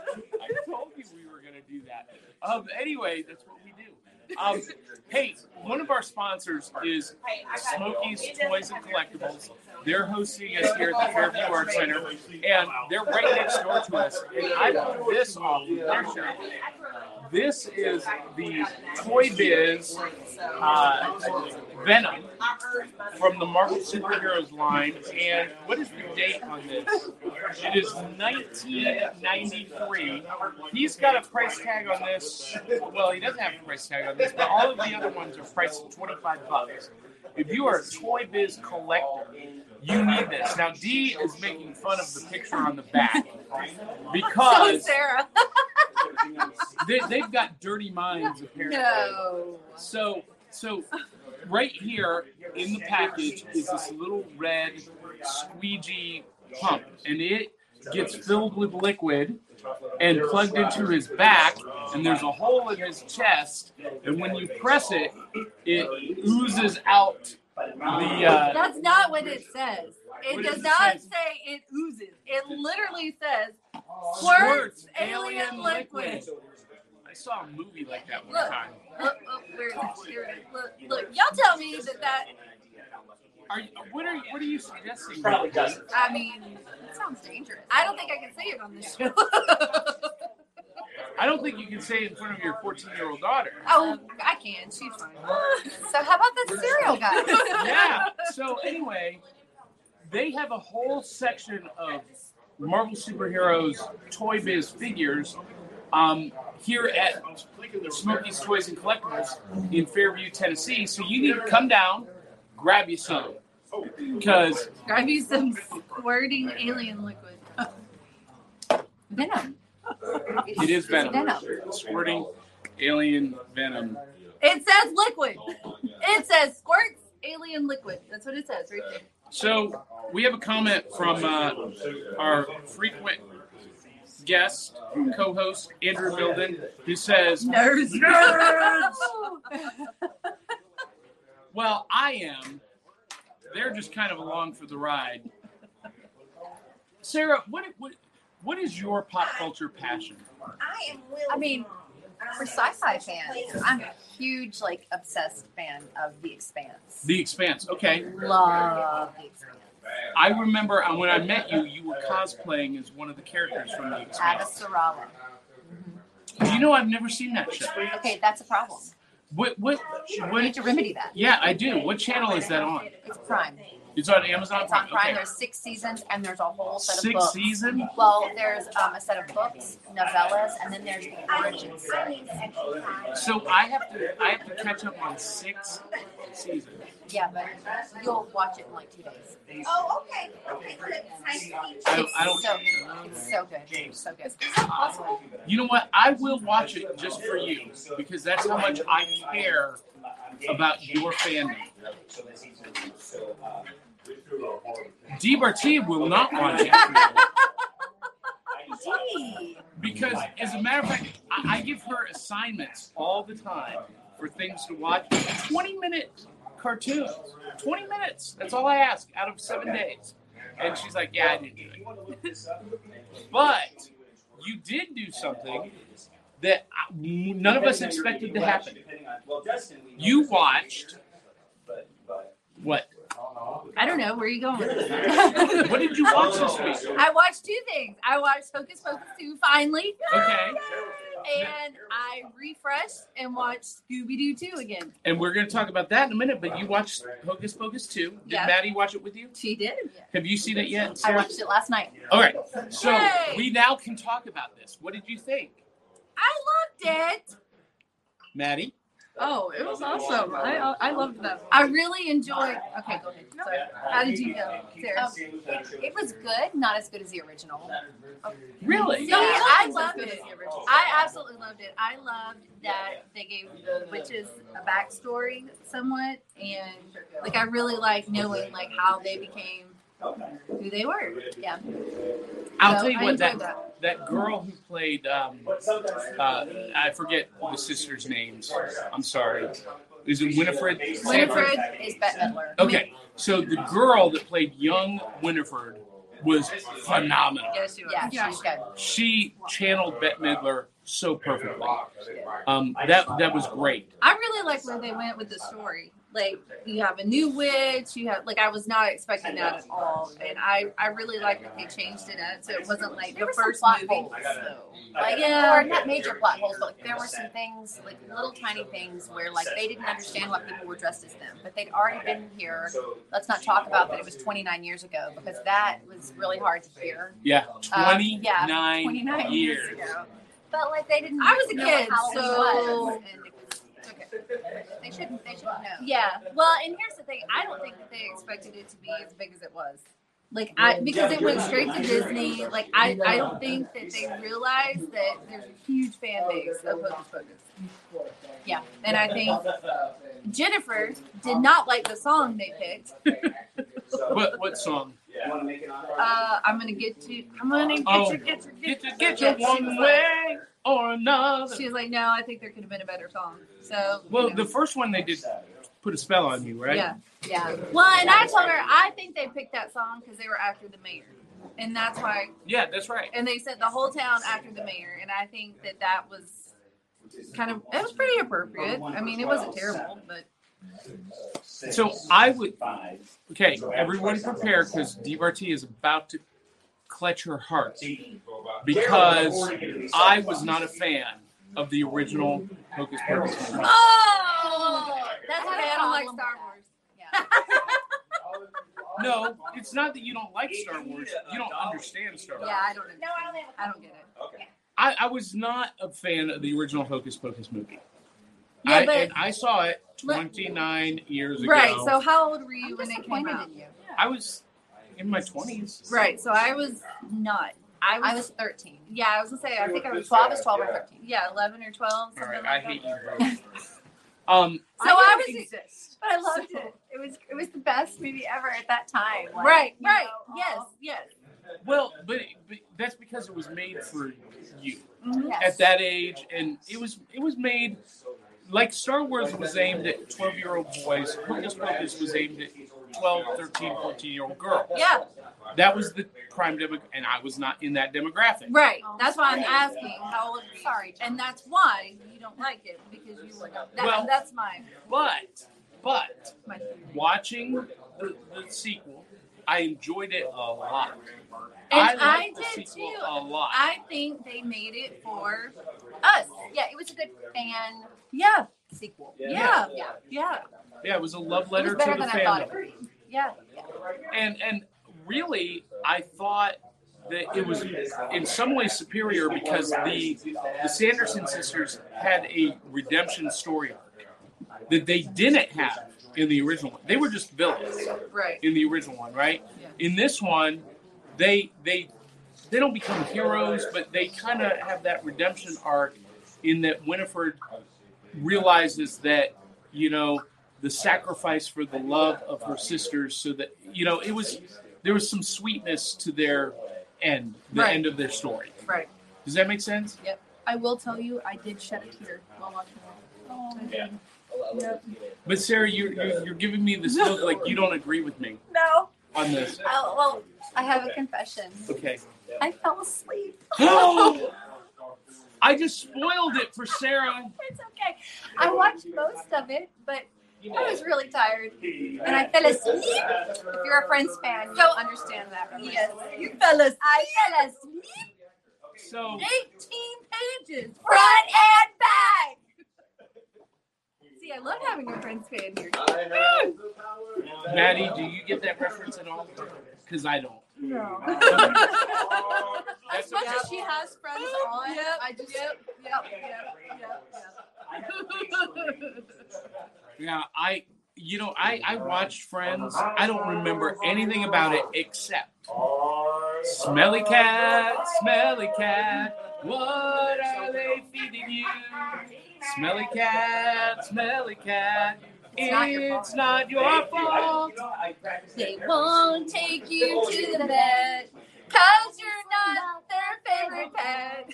S1: told you we were gonna do that. Um, anyway, that's what we do. Um, hey, one of our sponsors is Smokies Toys and Collectibles. They're hosting us here at the Fairview Art Center, and they're right next door to us. And I put this off of their shelf. This is the Toy Biz uh, Venom from the Marvel Superheroes line. And what is the date on this? It is 1993. He's got a price tag on this. Well, he doesn't have a price tag on this, but all of the other ones are priced at 25 bucks. If you are a Toy Biz collector, you need this. Now, Dee is making fun of the picture on the back
S4: So
S1: because
S4: Sarah,
S1: they, they've got dirty minds, apparently.
S4: no.
S1: So, so right here in the package is this little red squeegee pump, and it gets filled with liquid and plugged into his back, and there's a hole in his chest, and when you press it, it oozes out the. Uh,
S4: That's not what it says. It
S1: What does it
S4: does not
S1: say?
S4: say it oozes. It literally says
S1: Squirts
S4: squirts
S1: alien
S4: alien liquid.
S1: liquid. I saw a movie like that one
S4: Look.
S1: time.
S4: Look, look, where is it? Oh, Here it is. Look, look, y'all tell me that that,
S1: Are you, what are you, what are you suggesting?
S3: probably doesn't.
S4: I mean, that sounds dangerous. I don't think I can say it on this show.
S1: I don't think you can say it in front of your 14 year old daughter.
S4: oh, I can. She's fine. So how about that cereal guy?
S1: yeah. So anyway, they have a whole section of Marvel superheroes toy biz figures um, here at Smokey's Toys and Collectibles in Fairview, Tennessee. So you need to come down, grab you some, because
S4: Grab you some squirting alien liquid. Venom.
S1: it is venom,
S4: Venom.
S1: squirting alien venom.
S4: It says liquid. It says squirts alien liquid. That's what it says right there.
S1: So we have a comment from uh, our frequent guest, co-host Andrew Bilden, who says,
S4: Nerds.
S1: Well, I am. They're just kind of along for the ride. Sarah, what what what is your pop culture passion?
S4: I mean, for sci-fi fans, I'm a huge, like, obsessed fan of The Expanse.
S1: The Expanse. Okay,
S4: Love The Expanse.
S1: I remember uh, when I met you, you were cosplaying as one of the characters from The
S4: Ava
S1: Expanse.
S4: Sarala.
S1: You know, I've never seen that show.
S4: Okay, that's a problem.
S1: What what
S4: We need
S1: what?
S4: to remedy that.
S1: Yeah, I do. What channel is that on?
S4: It's Prime.
S1: It's on Amazon
S4: It's on Prime.
S1: Okay.
S4: There's six seasons, and there's a whole set of
S1: Six
S4: books.
S1: season.
S4: Well, there's um, a set of books, novellas, and then there's the origin series.
S1: So I have to I have to catch up on six seasons.
S4: Yeah, but you'll watch it in like two days.
S9: Oh, okay. Okay, good. Nice to meet you.
S1: I don't, I
S4: It's so
S1: don't
S4: good. It's so good. So good.
S1: you know what? I will watch it just for you because that's how much I care about your fandom. DBRT will not watch it
S4: Gee.
S1: because, as a matter of fact, I, I give her assignments all the time for things to watch. 20 minute cartoons. 20 minutes. That's all I ask out of seven days. And she's like, yeah, I didn't do it. But you did do something that I- none of us expected to happen. You watched what?
S4: I don't know where are you going. with this?
S1: What did you watch this week?
S4: I watched two things. I watched Focus Focus 2 finally.
S1: Okay,
S4: And I refreshed and watched Scooby Doo 2 again.
S1: and we're going to talk about that in a minute. But you watched Hocus Pocus two. Did
S4: Yeah.
S1: Maddie watch it with you?
S4: She did.
S1: Have you seen it yet?
S4: I
S1: Sarah?
S4: watched it last night.
S1: All right. So
S4: Yay!
S1: we now can talk about this. What did you think,
S4: I loved it.
S1: Maddie?
S3: Oh, it was awesome. I I loved them.
S4: I really enjoyed. Okay, go ahead. Sorry. How did you feel, Sarah?
S5: It
S4: It was good, not as good as the original.
S1: Really?
S4: Yeah, I loved
S3: It
S4: it.
S3: was original.
S4: I absolutely loved it. I loved that they gave the witches a backstory somewhat, and like I really like knowing like how they became who they were. Yeah,
S1: I'll
S4: So,
S1: tell you
S4: I
S1: what
S4: enjoyed
S1: that that girl who played um, uh, I forget the sisters' names. I'm sorry. Is it Winifred?
S4: Winifred is Bette Midler.
S1: Okay, so the girl that played young Winifred was phenomenal.
S4: Yes, you are. Yeah, she's good.
S1: She channeled Bette Midler so perfectly. Um, that that was great.
S4: I really like where they went with the story. Like you have a new witch, you have like I was not expecting that at all, and I I really like that they changed it up so it wasn't like
S6: There
S4: the
S6: were some
S4: first
S6: plot
S4: movie.
S6: holes,
S4: So,
S6: Like,
S4: like yeah,
S6: or not major plot holes, but like, there were some things, like little tiny things, where like they didn't understand why people were dressed as them, but they'd already been here.
S4: let's not talk about that it was 29 years ago because that was really hard to hear.
S1: Yeah,
S4: Uh,
S1: twenty
S4: yeah,
S1: nine
S4: 29 years
S1: years.
S4: ago.
S6: But like they didn't.
S4: I was a
S6: know
S4: kid,
S6: how it
S4: so
S6: was.
S4: and it was- it's okay. They shouldn't. They shouldn't know.
S6: yeah.
S4: Well, and here's the thing. I don't think that they expected it to be as big as it was. Like I because it went straight to Disney. Like I, I don't think that they realized that there's a huge fan base of Hocus Pocus. Yeah, and I think Jennifer did not like the song they picked.
S1: What what song?
S4: Uh, I'm gonna get to. I'm gonna get
S1: Oh.
S4: you. Get you.
S1: Get
S4: Get
S1: you,
S4: you.
S1: get you one way or another.
S4: She was like, no, I think there could have been a better song. So
S1: Well,
S4: you
S1: the
S4: know,
S1: first one they did put a spell on you, right?
S4: yeah, yeah. Well, and I told her I think they picked that song because they were after the mayor, and that's why
S1: Yeah, that's right.
S4: and they said the whole town after the mayor and i think that that was kind of it was pretty appropriate i mean it wasn't terrible but
S1: So I would. Okay, everyone prepare because DBRT is about to clutch her heart because I was not a fan of the original Hocus Pocus. movie.
S4: oh
S6: That's
S4: that's
S6: what
S4: okay i don't like star wars
S1: No, it's not that you don't like Star Wars. You don't understand Star Wars.
S4: yeah i don't
S6: No,
S4: know
S6: I don't have.
S4: i don't get it
S1: I, I was not a fan of the original Hocus Pocus movie.
S4: Yeah,
S1: I,
S4: but-
S1: and I saw it
S4: Let-
S1: 29 years ago.
S4: right so how old were you
S6: I'm
S4: when it came
S6: disappointed
S4: out
S6: in you.
S1: I was in my 20s.
S4: right so i was not i was,
S6: I was 13.
S4: yeah i was gonna say i think i was
S6: 12 is 12 or 13.
S4: yeah 11 or 12
S1: All
S4: something
S1: right, I
S4: like
S1: hate
S4: that
S1: you. both. Um,
S4: so i,
S6: didn't
S4: was
S6: exist. But I loved it. It was it was the best movie ever at that time. Like,
S4: right
S6: you
S4: right
S6: know,
S4: yes
S6: all-
S4: yes
S1: well, but, but that's because it was made for you.
S4: Mm-hmm.
S6: Yes.
S1: at that age, and it was it was made like Star Wars was aimed at 12 year old boys. Hocus Pocus was aimed at 12, 13, 14 year old girls.
S4: yeah
S1: That was the prime demo, and I was not in that demographic.
S4: Right.
S6: Oh,
S4: that's why I'm
S6: sorry.
S4: asking how old are you?
S6: Sorry,
S4: And that's why you don't like it because you were not. That,
S1: Well-
S4: that's my
S1: But but
S4: my theory.
S1: watching the, the sequel, I enjoyed it a lot.
S4: And
S1: I
S4: I,
S1: liked the
S4: did
S1: sequel
S4: too.
S1: a lot.
S4: I think they made it for us.
S6: Yeah, it was a good fan
S4: Yeah.
S6: sequel.
S4: Yeah. Yeah.
S6: Yeah.
S4: Yeah.
S1: yeah, it was a love
S6: It
S1: letter
S6: was
S1: to
S6: better
S1: the
S6: than I thought
S1: family.
S6: it would be.
S4: Yeah.
S1: and and really i thought that it was in some ways superior because the the sanderson sisters had a redemption story that they didn't have in the original one they were just villains
S4: Right.
S1: in the original one right
S4: Yeah.
S1: in this one they they they don't become heroes but they kind of have that redemption arc in that winifred realizes that you know the sacrifice for the love of her sisters so that you know it was there was some sweetness to their end the
S4: Right.
S1: end of their story
S4: Right.
S1: does that make sense
S4: I will tell you, I did shed a tear while watching that.
S5: Yeah.
S1: but sarah you're you're, you're giving me this look like you don't agree with me
S4: No.
S1: on this
S4: Oh, well, I have a confession.
S1: okay
S4: I fell asleep.
S1: i just spoiled it for sarah
S4: It's okay. I watched most of it, but I was really tired and I fell asleep. If you're a Friends fan, you'll understand that. Yes, you fell asleep. I fell asleep.
S1: so
S4: 18 pages, front and back. See, I love having a Friends fan here.
S1: maddie do you get that reference at all because i don't
S4: No.
S1: That's
S4: as much as she has friends on,
S3: Yep,
S4: I just yep, yep, yep, yep,
S1: Yeah, I you know, I I watched Friends. I don't remember anything about it except Smelly cat, smelly cat, what are they feeding you? Smelly cat, smelly cat,
S4: It's not your fault.
S1: it's not your fault.
S4: They won't take you to the vet because you're not their favorite pet.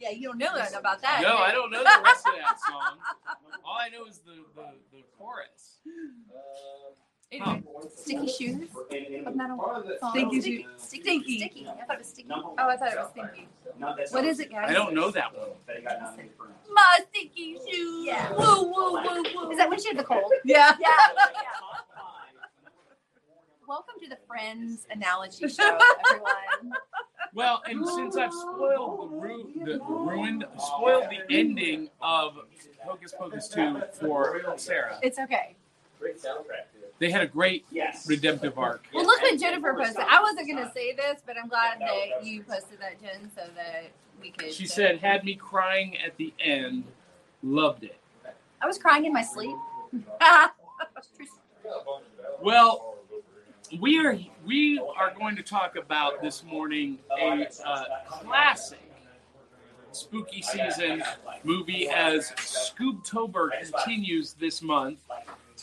S4: yeah, you don't know that about that.
S1: No, I don't know the rest of that song. All I know is the the, the chorus.
S5: Um,
S4: Anyway,
S5: oh,
S4: Sticky shoes of metal.
S3: Stinky
S4: sticky,
S3: shoes.
S4: sticky, sticky. I thought it was sticky. Oh, I thought it was stinky. What is it, guys?
S1: I don't know that one.
S4: My sticky shoes. Yeah. Woo, woo, woo, woo. Is that when she had the cold?
S3: Yeah.
S4: Yeah. Welcome to the Friends analogy show, everyone.
S1: Well, and since I've spoiled the, ru- the ruined, spoiled the ending of Hocus Pocus 2 for Sarah,
S4: it's okay.
S5: Great soundtrack, dude.
S1: they had a great
S5: Yes.
S1: redemptive arc.
S4: Well, look what Jennifer posted. I wasn't going to say this, but I'm glad that you posted that, Jen, so that we could.
S1: She said, had me crying at the end, loved it.
S4: I was crying in my sleep.
S1: Well, we are we are going to talk about this morning a uh, classic spooky season movie as Scoobtober continues this month,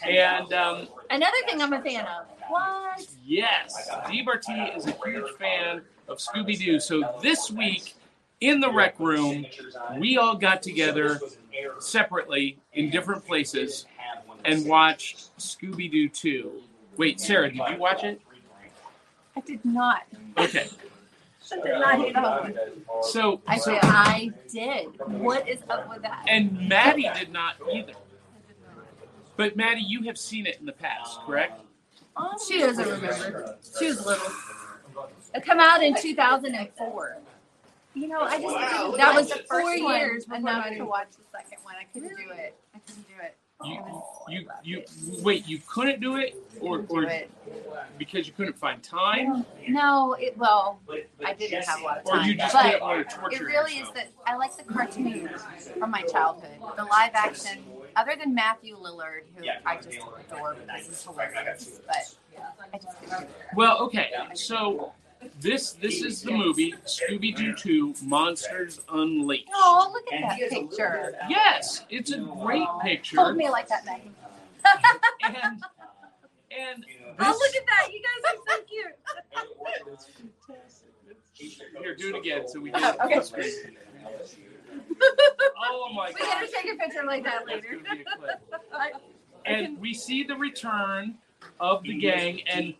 S1: and um,
S4: Another thing I'm a fan of. What?
S1: Yes, DBRT is a huge fan of Scooby Doo. So this week in the rec room, we all got together separately in different places and watched Scooby Doo 2. Wait, Sarah, did you watch it?
S4: I did not.
S1: Okay.
S4: I did not hate that one.
S1: So,
S4: I
S1: so
S4: said I did. What is up with that?
S1: and Maddie did not either. But Maddie, you have seen it in the past, correct?
S4: She doesn't remember. She was little. It come out in 2004.
S6: You know, I just
S4: That was four years enough to watch the second one. I couldn't do it. I couldn't do it.
S1: You, Oh, you, you, wait, you couldn't do it, or, or because you couldn't find time,
S4: No, it well, I didn't have a lot of
S1: or you
S4: time,
S1: just
S4: but
S1: didn't want to torture
S4: it really is
S1: yourself?
S4: that I like the cartoons from my childhood, the live action. Other than Matthew Lillard, who I just adore because he's hilarious, but I just couldn't do it.
S1: Well, okay, so this this is the movie Scooby Doo Two Monsters Unleashed.
S4: Oh, look at that picture!
S1: Yes, it's a great picture,
S4: Hold me like that, Megan.
S1: and and
S4: Oh,
S1: this,
S4: look at that! You guys are so cute.
S1: here, do it again so we can.
S4: Okay.
S1: Oh my
S4: We gotta
S1: gosh.
S4: take a picture like that
S1: That's
S4: later.
S1: gonna be a clip. And we see the return of the gang, and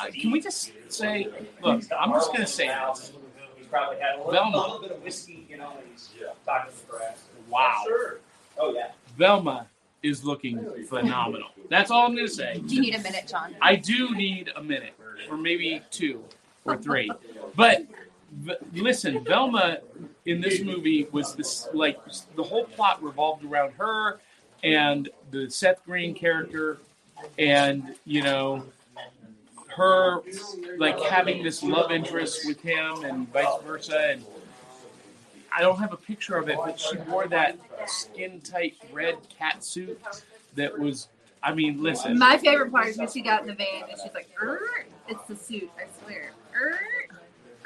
S1: uh, can we just say, look, I'm just gonna say this.
S5: He's probably had a little,
S1: Velma.
S5: a little bit of whiskey, you know, and he's talking to the grass.
S1: Wow,
S5: Sure. Oh, yeah.
S1: Velma is looking phenomenal. That's all I'm gonna say.
S4: Do you need a minute, John?
S1: I do need a minute, or maybe two or three. But v- listen, Velma in this movie was this like the whole plot revolved around her and the Seth Green character and you know her like having this love interest with him and vice versa and I don't have a picture of it, but she wore that skin tight red cat suit that was I mean, listen.
S4: My favorite part is when she got in the van and she's like, "Er, it's the suit, I swear." Er,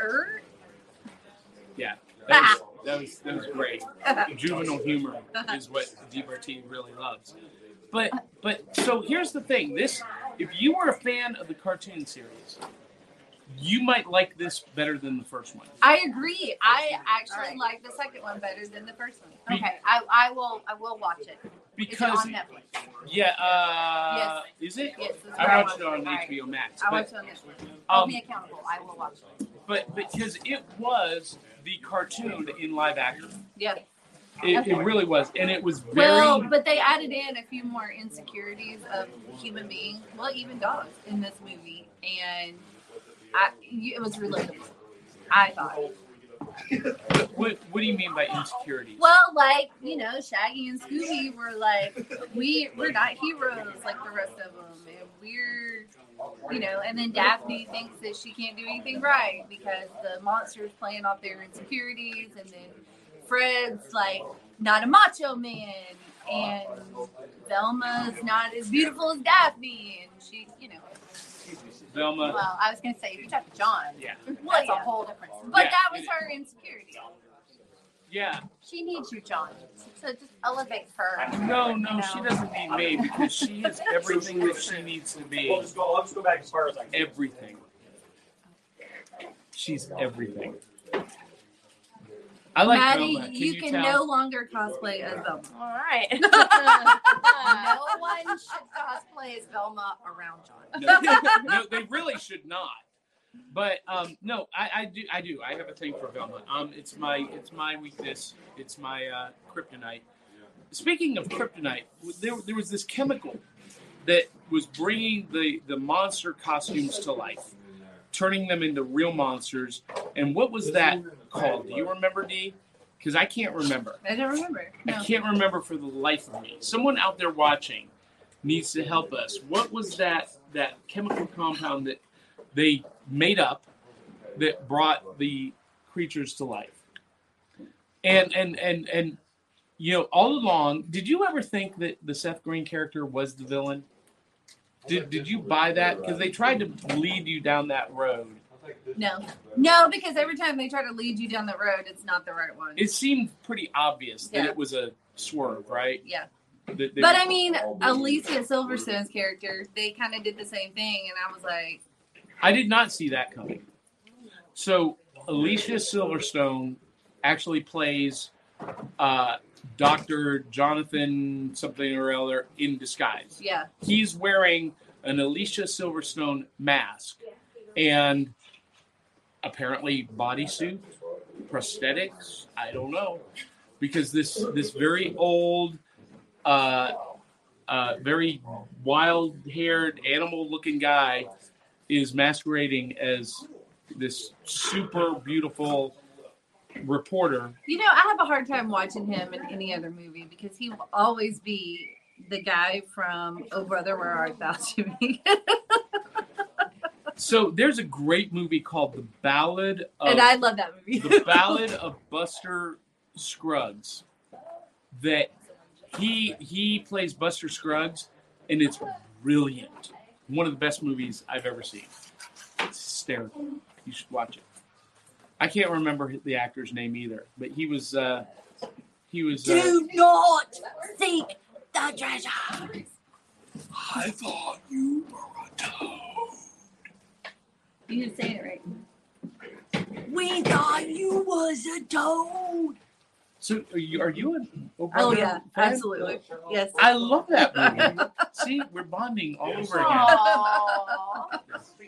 S4: er.
S1: Yeah, that was, that was, that was great. Juvenile humor is what DeBartini really loves. But but so here's the thing: this, if you were a fan of the cartoon series, you might like this better than the first one.
S4: I agree. I actually
S6: Alright.
S4: like the second one better than the first
S1: Be-
S4: one. Okay, I, I will I will watch it. It's
S1: Because
S4: on Netflix.
S1: yeah, uh, is it?
S4: Yes, that's
S1: I
S4: what
S1: watched it
S4: watch.
S1: on
S4: Alright.
S1: HBO Max,
S4: I watch
S1: but
S4: it on Netflix. Hold
S1: um,
S4: me accountable. I will watch it.
S1: but because it was the cartoon in live action,
S4: Yeah.
S1: it, it really was, and it was very.
S4: Well, but they added in a few more insecurities of human beings, well, even dogs in this movie, and I, you- it was relatable. I thought.
S1: what, what do you mean by insecurities?
S4: Well, like you know, Shaggy and Scooby were like, we we're not heroes like the rest of them, and we're you know. And then Daphne thinks that she can't do anything right because the monsters playing off their insecurities, and then Fred's like not a macho man, and Velma's not as beautiful as Daphne, and she you know.
S1: Velma.
S4: Well, I was gonna say if you talk to John,
S1: Yeah.
S4: that's a whole different. But
S1: Yeah.
S4: that was her insecurity.
S1: Yeah.
S4: She needs you, John. So just elevate her.
S1: No, no, she doesn't need me because she is everything that she needs to
S5: We'll
S1: be.
S5: just go. Let's go back as far as I can.
S1: Everything. She's everything. I like
S4: Maddie,
S1: Velma. Can
S4: you,
S1: you,
S4: can
S1: tell?
S4: no longer cosplay as Velma.
S6: All right.
S4: no one should cosplay as Velma around John.
S1: No, no, they really should not. But um, no, I, I do. I do. I have a thing for Velma. Um, it's my it's my weakness. It's my uh, kryptonite. Speaking of kryptonite, there there was this chemical that was bringing the the monster costumes to life, turning them into real monsters. And what was that called? Do you remember, D? Because I can't remember.
S4: I don't
S1: I
S4: remember. No.
S1: can't remember for the life of me. Someone out there watching needs to help us. What was that that chemical compound that they made up that brought the creatures to life? And and and and you know, all along, did you ever think that the Seth Green character was the villain? Did did you buy that? Because they tried to lead you down that road.
S4: No. No, because every time they try to lead you down the road, it's not the right one.
S1: It seemed pretty obvious that
S4: Yeah.
S1: it was a swerve, right?
S4: yeah.
S1: That they
S4: But I mean, Alicia Silverstone's character, they kind of did the same thing, and I was like,
S1: I did not see that coming. So Alicia Silverstone actually plays uh, Doctor Jonathan something or other in disguise.
S4: yeah.
S1: He's wearing an Alicia Silverstone mask and apparently bodysuit, prosthetics. I don't know because this this very old, uh, uh, very wild-haired animal-looking guy is masquerading as this super beautiful reporter.
S4: You know, I have a hard time watching him in any other movie because he will always be the guy from Oh Brother, Where Art Thou to Me.
S1: So there's a great movie called The Ballad of
S4: and I love that movie.
S1: Oh. the ballad of Buster Scruggs that he he plays Buster Scruggs and it's brilliant. One of the best movies I've ever seen. It's hysterical. You should watch it. I can't remember the actor's name either, but he was uh he was uh,
S2: not seek the treasure.
S1: I thought you were a toad.
S4: you didn't say it right.
S2: We thought you was a toad.
S1: So are you are you an
S4: Oh yeah,
S1: fan?
S4: absolutely. Yes.
S1: I love that movie. See, we're bonding all over again.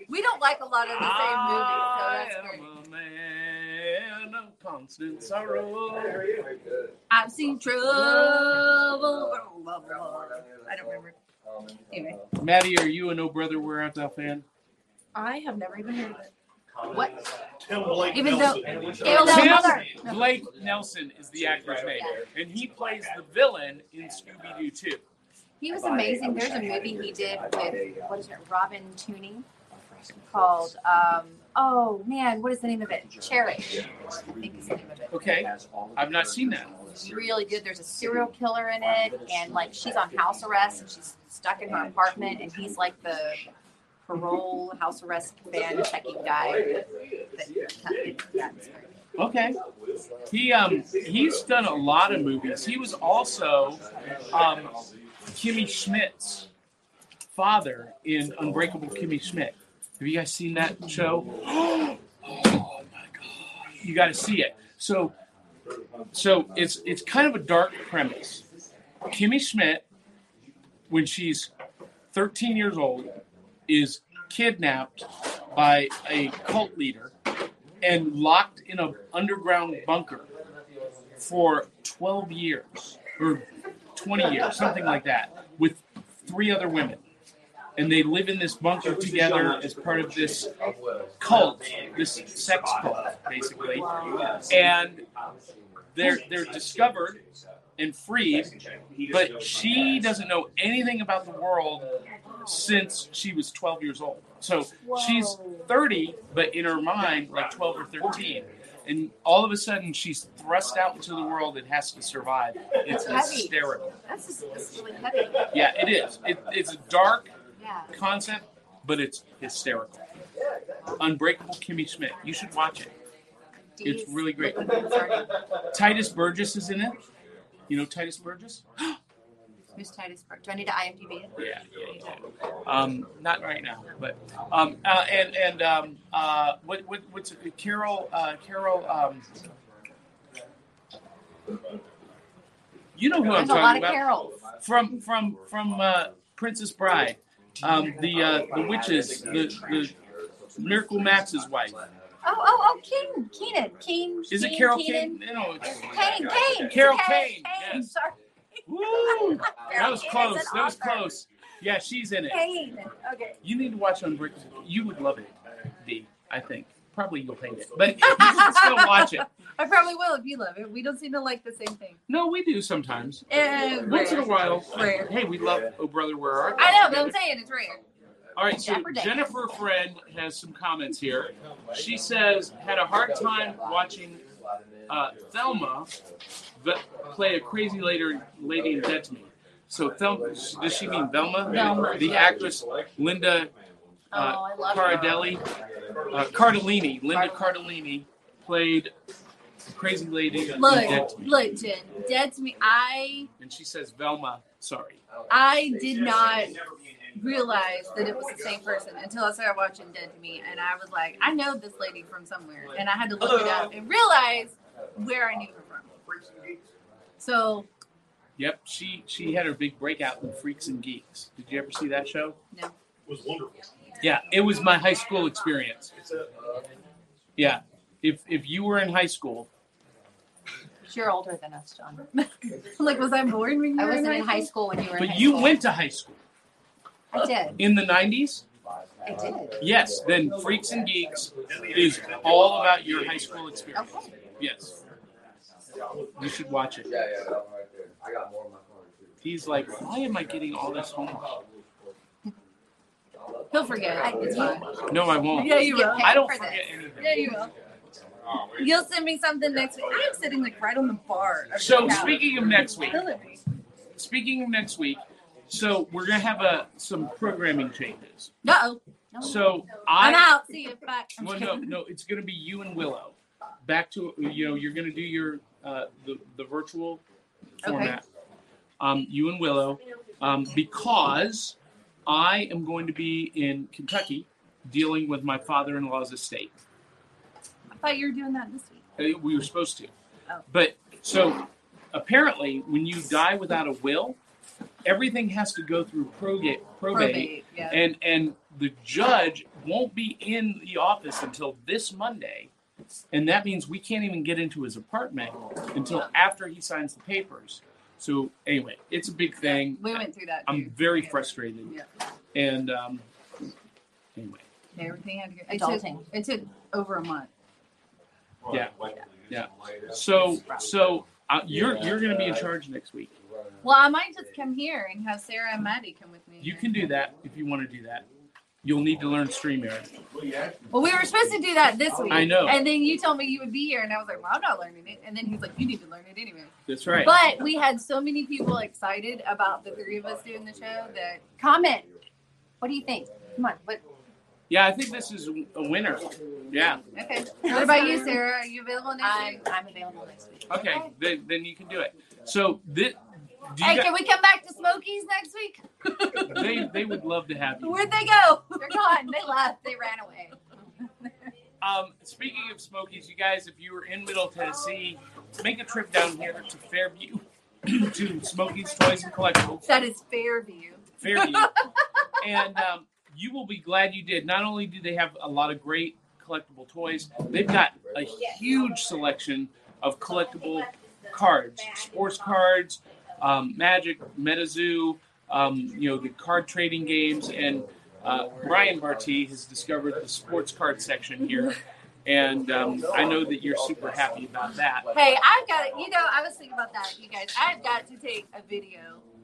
S4: we don't like a lot of the same movies, so that's
S1: I
S4: great.
S1: am a man of constant sorrow.
S4: I've seen trouble. I don't remember. Anyway,
S1: Maddie, are you an Oh Brother Where Art Thou fan?
S3: I have never even heard of it.
S4: what?
S5: Tim Blake
S4: Even though-
S5: Nelson.
S4: Even though-
S1: Tim
S4: Mother.
S1: Blake Nelson is the actor's name, and he plays the villain in Scooby Doo 2.
S4: He was amazing. There's a movie he did with what is it, Robin Tooney called um oh man, what is the name of it? Cherish. I think is the name of it.
S1: Okay. I've not seen that.
S4: It's really good. There's a serial killer in it and like she's on house arrest and she's stuck in her apartment and he's like the parole house arrest van checking guy. uh, That, that, that's very
S1: Okay. He um he's done a lot of movies. He was also um Kimmy Schmidt's father in Unbreakable Kimmy Schmidt. Have you guys seen that show? oh my god. You gotta see it. So so it's it's kind of a dark premise. Kimmy Schmidt, when she's 13 years old, is kidnapped by a cult leader and locked in an underground bunker for 12 years or 20 years, something like that, with three other women. And they live in this bunker together as part of this cult, this sex cult, basically. And they're they're discovered and freed, but she doesn't know anything about the world since she was 12 years old. So she's 30, but in her mind, like 12 or 13. And all of a sudden, she's thrust out into the world and has to survive. It's
S4: That's heavy.
S1: hysterical.
S4: That's just that's really heavy.
S1: Yeah, it is. It, it's a dark
S4: Yeah.
S1: concept, but it's hysterical. Unbreakable Kimmy Schmidt. You should watch it. It's
S4: Dee's
S1: really great.
S4: looking concerning.
S1: Titus Burgess is in it. You know Titus Burgess?
S4: Miss Titus Burke. Do I need to IMDb it?
S1: Yeah, yeah, yeah. Um, not right now, but um, uh, and and um, uh, what, what what's it, Carol uh, Carol? Um, you know who I'm
S4: There's a lot
S1: talking
S4: of
S1: about
S4: carols.
S1: from from from uh, Princess Bride, um, the uh, the witches, the, the Miracle Max's wife.
S4: Oh, oh, oh, King, Keenan, King.
S1: Is it
S4: Keen,
S1: Carol
S4: Keenan?
S1: Kane? No,
S4: It's
S1: it's-
S4: Kane, Kane.
S1: Carol
S4: Kane.
S1: Kane,
S4: Kane.
S1: yes.
S4: Sorry.
S1: Woo! that was
S4: Keenan's
S1: close.
S4: an
S1: That was
S4: author.
S1: close. Yeah, she's in it.
S4: Kane. Okay.
S1: You need to watch Unbreakable. You would love it, D. I think. Probably you'll hate it, but you should still watch it.
S4: I probably will if you love it. We don't seem to like the same thing.
S1: No, we do sometimes.
S4: Eh,
S1: Once in a
S4: rare.
S1: while.
S4: Rare.
S1: Hey, we love Oh Brother Where Art Thou
S4: I know, but I'm
S1: together.
S4: saying it's rare.
S1: All right, so
S4: Jeopardy.
S1: Jennifer Friend has some comments here. She says had a hard time watching uh, Thelma but play a crazy later lady in Dead to Me. So Thelma, does she mean Velma?
S4: Velma.
S1: The actress Linda
S4: Oh,
S1: uh,
S4: I love it.
S1: Cardelli, uh, Cardellini, Linda Cardellini played crazy lady in Dead
S4: Look,
S1: to Me.
S4: look, Jen. Dead to me. I
S1: and she says Velma. Sorry.
S4: I did not realize that it was the same person until I started watching Dead to Me, and I was like, I know this lady from somewhere, and I had to look it up and realize where I knew her from. So
S1: Yep, she she had her big breakout in Freaks and Geeks. Did you ever see that show?
S8: was wonderful.
S1: Yeah, it was my high school experience. Yeah, if if you were in high school,
S6: You're older than us, John.
S4: like, was I born when you
S6: I
S4: were
S6: wasn't in high school when you were in
S1: but
S6: high
S1: you
S6: school.
S1: went to high school
S6: I did.
S1: in the '90s.
S6: I did.
S1: Yes, then Freaks and Geeks is all about your high school experience.
S6: Okay.
S1: Yes, you should watch it.
S10: I got more on my phone too.
S1: He's like, why am I getting all this homework?
S4: He'll forget.
S6: I, it's fine.
S1: No, I won't.
S4: Yeah, you
S6: Yeah.
S4: will.
S1: I don't
S4: For this.
S1: forget
S4: Yeah,
S1: anything.
S4: you will. You'll send me something next week. I'm sitting like right on the bar. of
S1: So
S4: the couch.
S1: speaking of next week,
S4: Killing me.
S1: speaking of next week, so we're gonna have a some programming changes.
S4: No,
S1: So
S4: I'm
S1: I
S4: out. See you. Bye. I'm
S1: well
S4: kidding.
S1: no no it's gonna be you and Willow. Back to you know you're gonna do your uh, the the virtual format. Um, you and Willow, um, because I am going to be in Kentucky dealing with my father-in-law's estate.
S4: I thought you were doing that this week.
S1: Uh, We were supposed to.
S4: Oh.
S1: But so apparently, when you die without a will, everything has to go through proga- probate,
S4: Probate. Yeah.
S1: and and the judge won't be in the office until this Monday, and that means we can't even get into his apartment until after he signs the papers. So anyway, it's a big thing.
S4: We went through that too.
S1: I'm very frustrated,
S4: Yeah.
S1: and um, anyway,
S4: Everything had to go. It took,
S6: Adulting.
S4: it took over a month.
S1: yeah. So so uh, you're you're going to be in charge next week.
S4: Well, I might just come here and have Sarah and Maddie come with me.
S1: You can do that if you want to do that. You'll need to learn StreamYard.
S4: Well, we were supposed to do that this week.
S1: I know.
S4: And then you told me you would be here, and I was like, well, I'm not learning it. And then he's like, you need to learn it anyway.
S1: That's right.
S4: But we had so many people excited about the three of us doing the show that comment. What do you think? Come on. What?
S1: Yeah, I think this is a winner. Yeah.
S4: Okay. What about you, Sarah? Are you available next week?
S6: I'm available next week.
S1: Okay. Then, then you can do it. So this, do
S4: Hey,
S1: you
S4: can we come back to Smokies next week?
S1: guys- they they would love to have you.
S4: Where'd they go?
S6: They're gone. They left. They ran away.
S1: Um, speaking of Smokies, you guys, if you were in Middle Tennessee, make a trip down here to Fairview to Smokies Toys and Collectibles.
S4: That is Fairview.
S1: Fairview. and um, you will be glad you did. Not only do they have a lot of great collectible toys, they've got a huge selection of collectible cards, sports cards, um, Magic, MetaZoo, um, you know, the card trading games. And uh, Brian Barty has discovered the sports card section here. And um, I know that you're super happy about that.
S4: Hey, I've got You know, I was thinking about that, you guys. I've got to take a video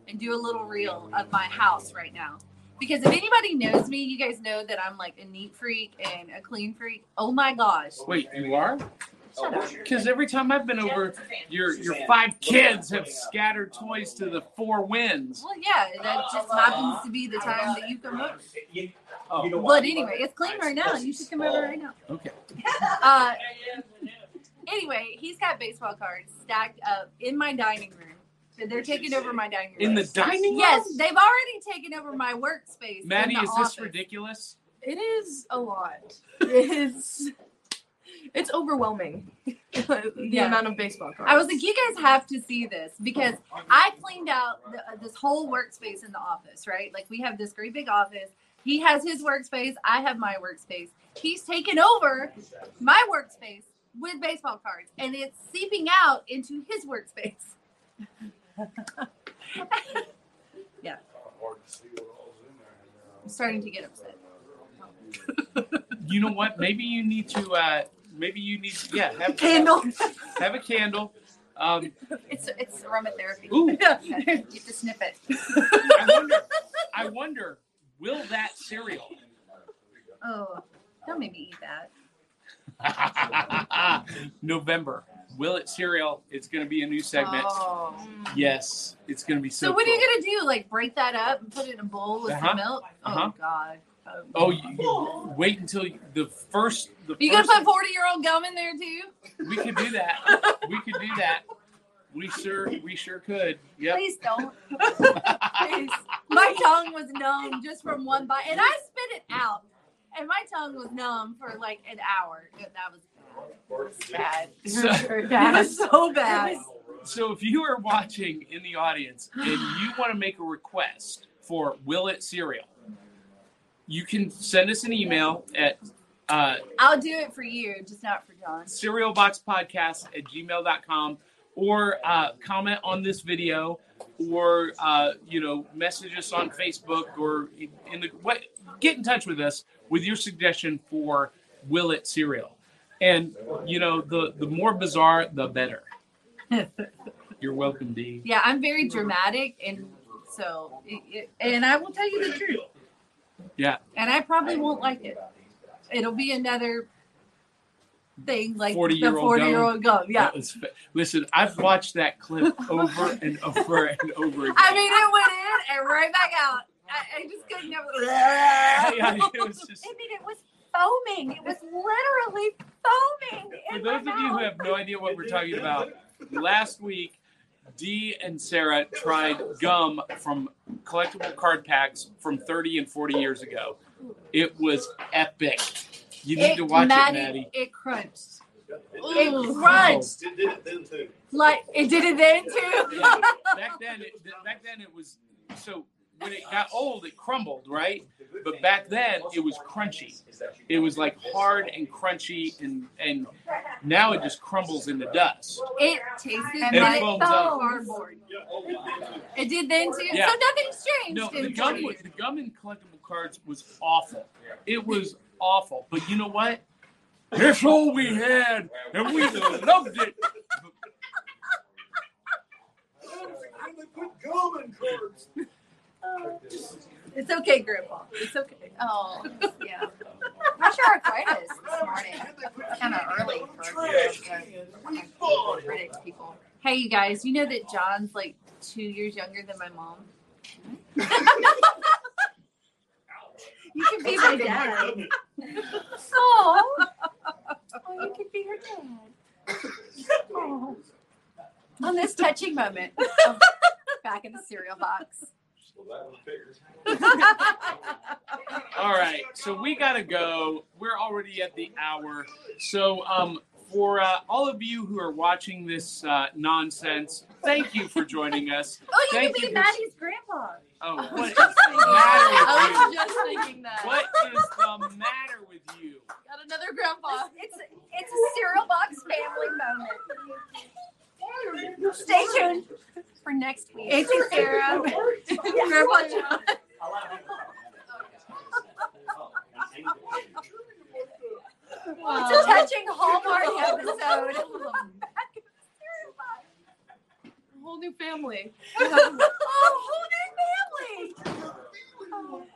S4: and do a little reel of my house right now. Because if anybody knows me, you guys know that I'm like a neat freak and a clean freak. Oh my gosh.
S1: Wait, you are?
S4: Shut up.
S1: Oh, Because every time I've been over, your your five kids have scattered toys to the four winds.
S4: Well, yeah, that just happens to be the time that you come over.
S1: Oh,
S4: But anyway, it's clean right now. You should come over right now.
S1: okay.
S4: Uh, anyway, he's got baseball cards stacked up in my dining room. So They're taking over my dining room.
S1: In the dining
S4: Yes, they've already taken over my workspace. in
S1: Maddie,
S4: the
S1: is
S4: office.
S1: this ridiculous?
S3: It is a lot. It is. It's overwhelming. the
S4: Yeah.
S3: amount of baseball cards.
S4: I was like, you guys have to see this because I cleaned out the, uh, this whole workspace in the office, right? Like, we have this great big office. He has his workspace. I have my workspace. He's taken over my workspace with baseball cards, and it's seeping out into his workspace. I'm starting to get upset.
S1: You know what? Maybe you need to. Uh, maybe you need. To, yeah, have
S4: Candle.
S1: Have a candle. Um,
S4: It's it's aromatherapy.
S1: ooh,
S4: You have to snip it.
S1: I wonder. I wonder. Will that cereal?
S4: Oh, don't make me eat that.
S1: November. Will it cereal? It's going to be a new segment.
S4: Oh.
S1: Yes, it's going to be so.
S4: So, what are
S1: cool.
S4: you gonna do? Like break that up and put it in a bowl with
S1: Uh-huh.
S4: some milk? Oh
S1: Uh-huh.
S4: God. Um,
S1: Oh, you, you wait until you- the first. The
S4: you gonna
S1: first-
S4: put forty year old gum in there too?
S1: We could do that. We could do that. We sure, we sure could. Yep.
S4: Please don't. Please. My tongue was numb just from one bite, and I spit it out, and my tongue was numb for like an hour. And That was bad.
S1: So,
S4: That was so bad.
S1: so if you are watching in the audience and you want to make a request for Will It Cereal, you can send us an email at uh,
S4: I'll do it for you, just not for John.
S1: cerealboxpodcast at gmail.com or uh, comment on this video or uh, you know message us on facebook or in the what get in touch with us with your suggestion for will it cereal and you know the the more bizarre the better you're welcome d
S4: Yeah, I'm very dramatic, and so it, it, and I will tell you the truth.
S1: Yeah.
S4: and I probably won't like it. It'll be another thing like
S1: 40-year-old
S4: the forty-year-old gum. Yeah,
S1: That was fa- listen i've watched that clip over and over and over again
S4: I mean it went in and right back out. I, I just couldn't. Have,
S1: Yeah,
S4: I
S1: it was just-
S4: mean, it was foaming. It was literally foaming.
S1: For
S4: in
S1: those of
S4: my
S1: you who
S4: mouth.
S1: have no idea what we're talking about, last week, Dee and Sarah tried gum from collectible card packs from 30 and 40 years ago. It was epic. You need to watch
S4: Maddie,
S1: it, Maddie.
S4: It crunched. It
S3: Ooh.
S4: crunched.
S7: Did it then too.
S4: Like it did it then too.
S1: Yeah. Back then, it, back then it was so. When it got old, it crumbled, right? But back then, it was crunchy. It was like hard and crunchy, and and now it just crumbles into dust.
S4: It tasted
S1: And
S4: like
S1: it foams up.
S4: cardboard. It did then too.
S1: Yeah.
S4: So nothing's changed.
S1: No, the
S4: in
S1: gum,
S4: 40
S1: was,
S4: years.
S1: the gum in collectible cards was awful. It was awful. But you know what? That's all we had, and we loved it.
S5: cords.
S4: It's okay, Grandpa. It's okay.
S6: Oh, yeah. Pressure arthritis this morning. Kind of early for arthritic people.
S4: Hey, you guys, you know that John's like two years younger than my mom? you can be
S6: It's
S4: my
S6: like a
S4: dad.
S6: Oh, you could be her dad.
S4: On this touching moment, back in the cereal box.
S1: All right, so we gotta go. We're already at the hour. So, um, for uh, all of you who are watching this uh, nonsense, thank you for joining us.
S4: Oh, you
S1: Thank
S4: could
S1: you
S4: be
S1: for-
S4: Maddie's grandpa.
S1: Oh, what is the matter
S6: I
S1: with
S6: was just thinking that.
S1: you? What is the matter with you?
S6: Got another grandpa.
S4: It's, it's a cereal box family moment. Stay tuned for next week. Auntie Sarah, Grandpa John. It's a touching Hallmark episode.
S6: Whole new family.
S4: oh, whole new family.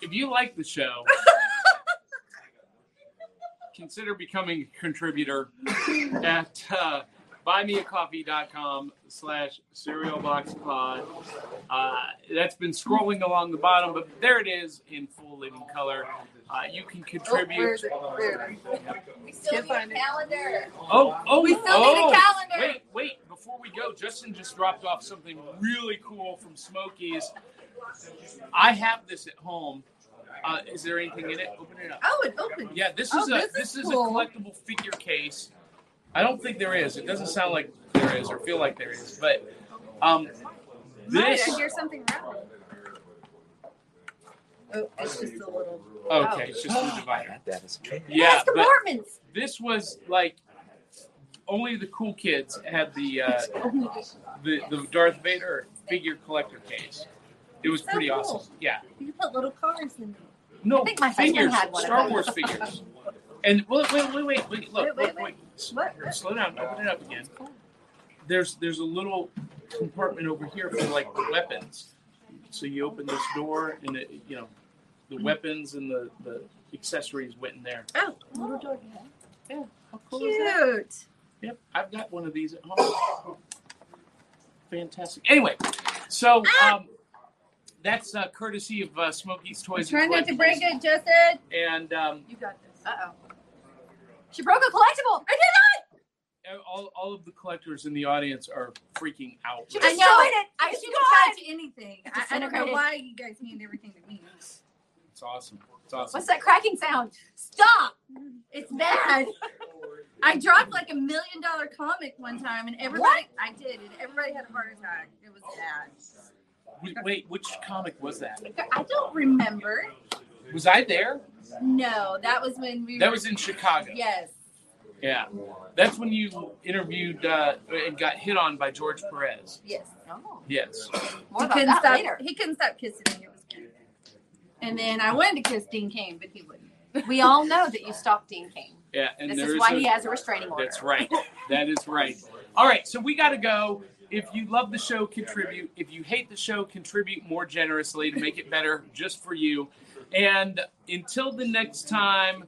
S1: If you like the show, consider becoming a contributor at uh, buymeacoffee.com slash cerealboxpod. Uh, that's been scrolling along the bottom, but there it is in full living color. Uh, you can contribute.
S4: it? Oh, Where is it?
S6: We still
S4: Can't
S6: need a
S4: find it.
S6: calendar.
S1: Oh, oh,
S4: We still
S1: oh.
S4: need a calendar.
S1: Wait, wait, before we go, Justin just dropped off something really cool from Smokey's. I have this at home. Uh, is there anything in it? Open it up.
S4: Oh, it opened.
S1: Yeah, this
S4: Oh,
S1: is a
S4: this is
S1: this is a
S4: cool.
S1: collectible figure case. I don't think there is. It doesn't sound like there is or feel like there is, but um
S4: Right,
S1: this
S4: I hear something rattling. Oh, it's just a little.
S1: okay, it's just the divider.
S7: That is
S1: Yeah,
S4: That's
S1: but
S4: compartments.
S1: this was like only the cool kids had the uh the, the Darth Vader figure collector case. It was
S4: So
S1: pretty
S4: cool.
S1: awesome. Yeah.
S4: You can put little cards in there.
S1: No
S4: I think my husband
S1: figures,
S4: had one of
S1: Star
S4: those.
S1: Wars figures. And wait, wait, wait, wait, wait, look,
S4: Wait, wait,
S1: look, wait.
S4: What?
S1: Slow down, open it up again. There's there's a little compartment over here for like the weapons. So you open this door and it, you know, the
S4: Mm-hmm.
S1: weapons and the, the accessories went in there.
S4: Oh,
S1: How cool is that?
S4: cute.
S1: Yep, I've got one of these at home. Fantastic. Anyway, so
S4: Ah!
S1: um, that's uh, courtesy of uh, Smokey's Toys.
S4: Try
S1: and
S4: not to break
S1: Collectibles.
S4: it, Justin.
S1: And um,
S4: You got this. Uh oh.
S6: She broke a collectible.
S4: I did not.
S1: all, all of the collectors in the audience are freaking out.
S4: She
S1: right
S6: I know.
S4: destroyed it.
S6: I
S4: It's
S6: shouldn't
S4: gone.
S6: touch anything. I,
S4: I, I don't know
S6: Disintegrated.
S4: why you guys hand everything to me.
S1: It's awesome. It's awesome.
S6: What's that cracking sound? Stop!
S4: It's bad.
S6: I
S4: I dropped like a million dollar comic one time, and everybody I did, and everybody had a heart attack. It was bad.
S1: Wait, wait, which comic was that?
S4: I don't remember.
S1: Was I there?
S4: No, that was when we.
S1: That
S4: were-
S1: was in Chicago.
S4: Yes.
S1: Yeah. That's when you interviewed uh, and got hit on by George Perez.
S4: Yes.
S6: Oh,
S1: Yes.
S6: more
S4: he
S6: about
S4: couldn't
S6: that
S4: stop.
S6: later.
S4: He couldn't stop kissing me. It was cute. And then I wanted to kiss Dean Kane, but he wouldn't.
S6: We all know that you stalked Dean King.
S1: Yeah. And
S6: This
S1: there
S6: is why
S1: a-
S6: he has a restraining order.
S1: That's right. That is right. All right. So we got to go. If you love the show, contribute. If you hate the show, contribute more generously to make it better just for you. And until the next time,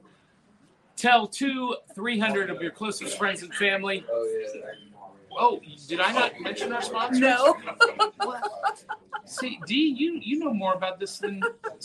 S1: tell two, 300 of your closest friends and family.
S10: Oh, yeah.
S1: Oh, did I not mention our sponsor?
S4: No.
S1: See, D, you you know more about this than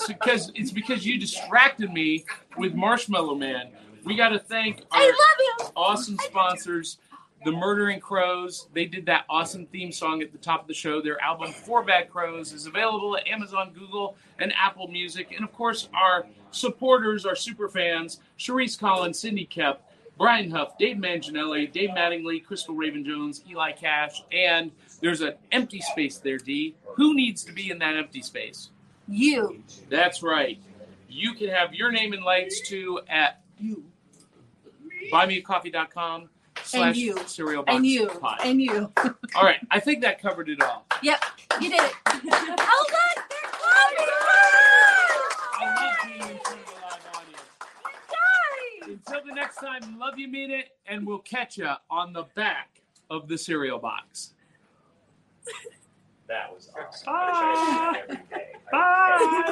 S1: because it's because you distracted me with Marshmallow Man. We got to thank
S4: I
S1: our
S4: love him.
S1: awesome sponsors, the Murdering Crows. They did that awesome theme song at the top of the show. Their album Four Bad Crows is available at Amazon, Google, and Apple Music. And of course, our supporters, our super fans, Sharice Collins, Cindy Kep, Brian Huff, Dave Manginelli, Dave Mattingly, Crystal Raven Jones, Eli Cash, and there's an empty space there, D. Who needs to be in that empty space?
S4: You.
S1: That's right. You can have your name in lights too at you. Buymeacoffee.com slash
S4: you.
S1: cereal box
S4: And you.
S1: pod.
S4: And you.
S1: all right, I think that covered it all.
S4: You did it. oh, look. They're
S1: I
S4: clapping.
S1: love being in front of a live audience.
S4: Yay.
S1: It's Till the next time, love you, mean it, and we'll catch you on the back of the cereal box.
S5: That was awesome.
S1: Bye. Ah!
S5: I wish I did that every day. I-
S1: Bye.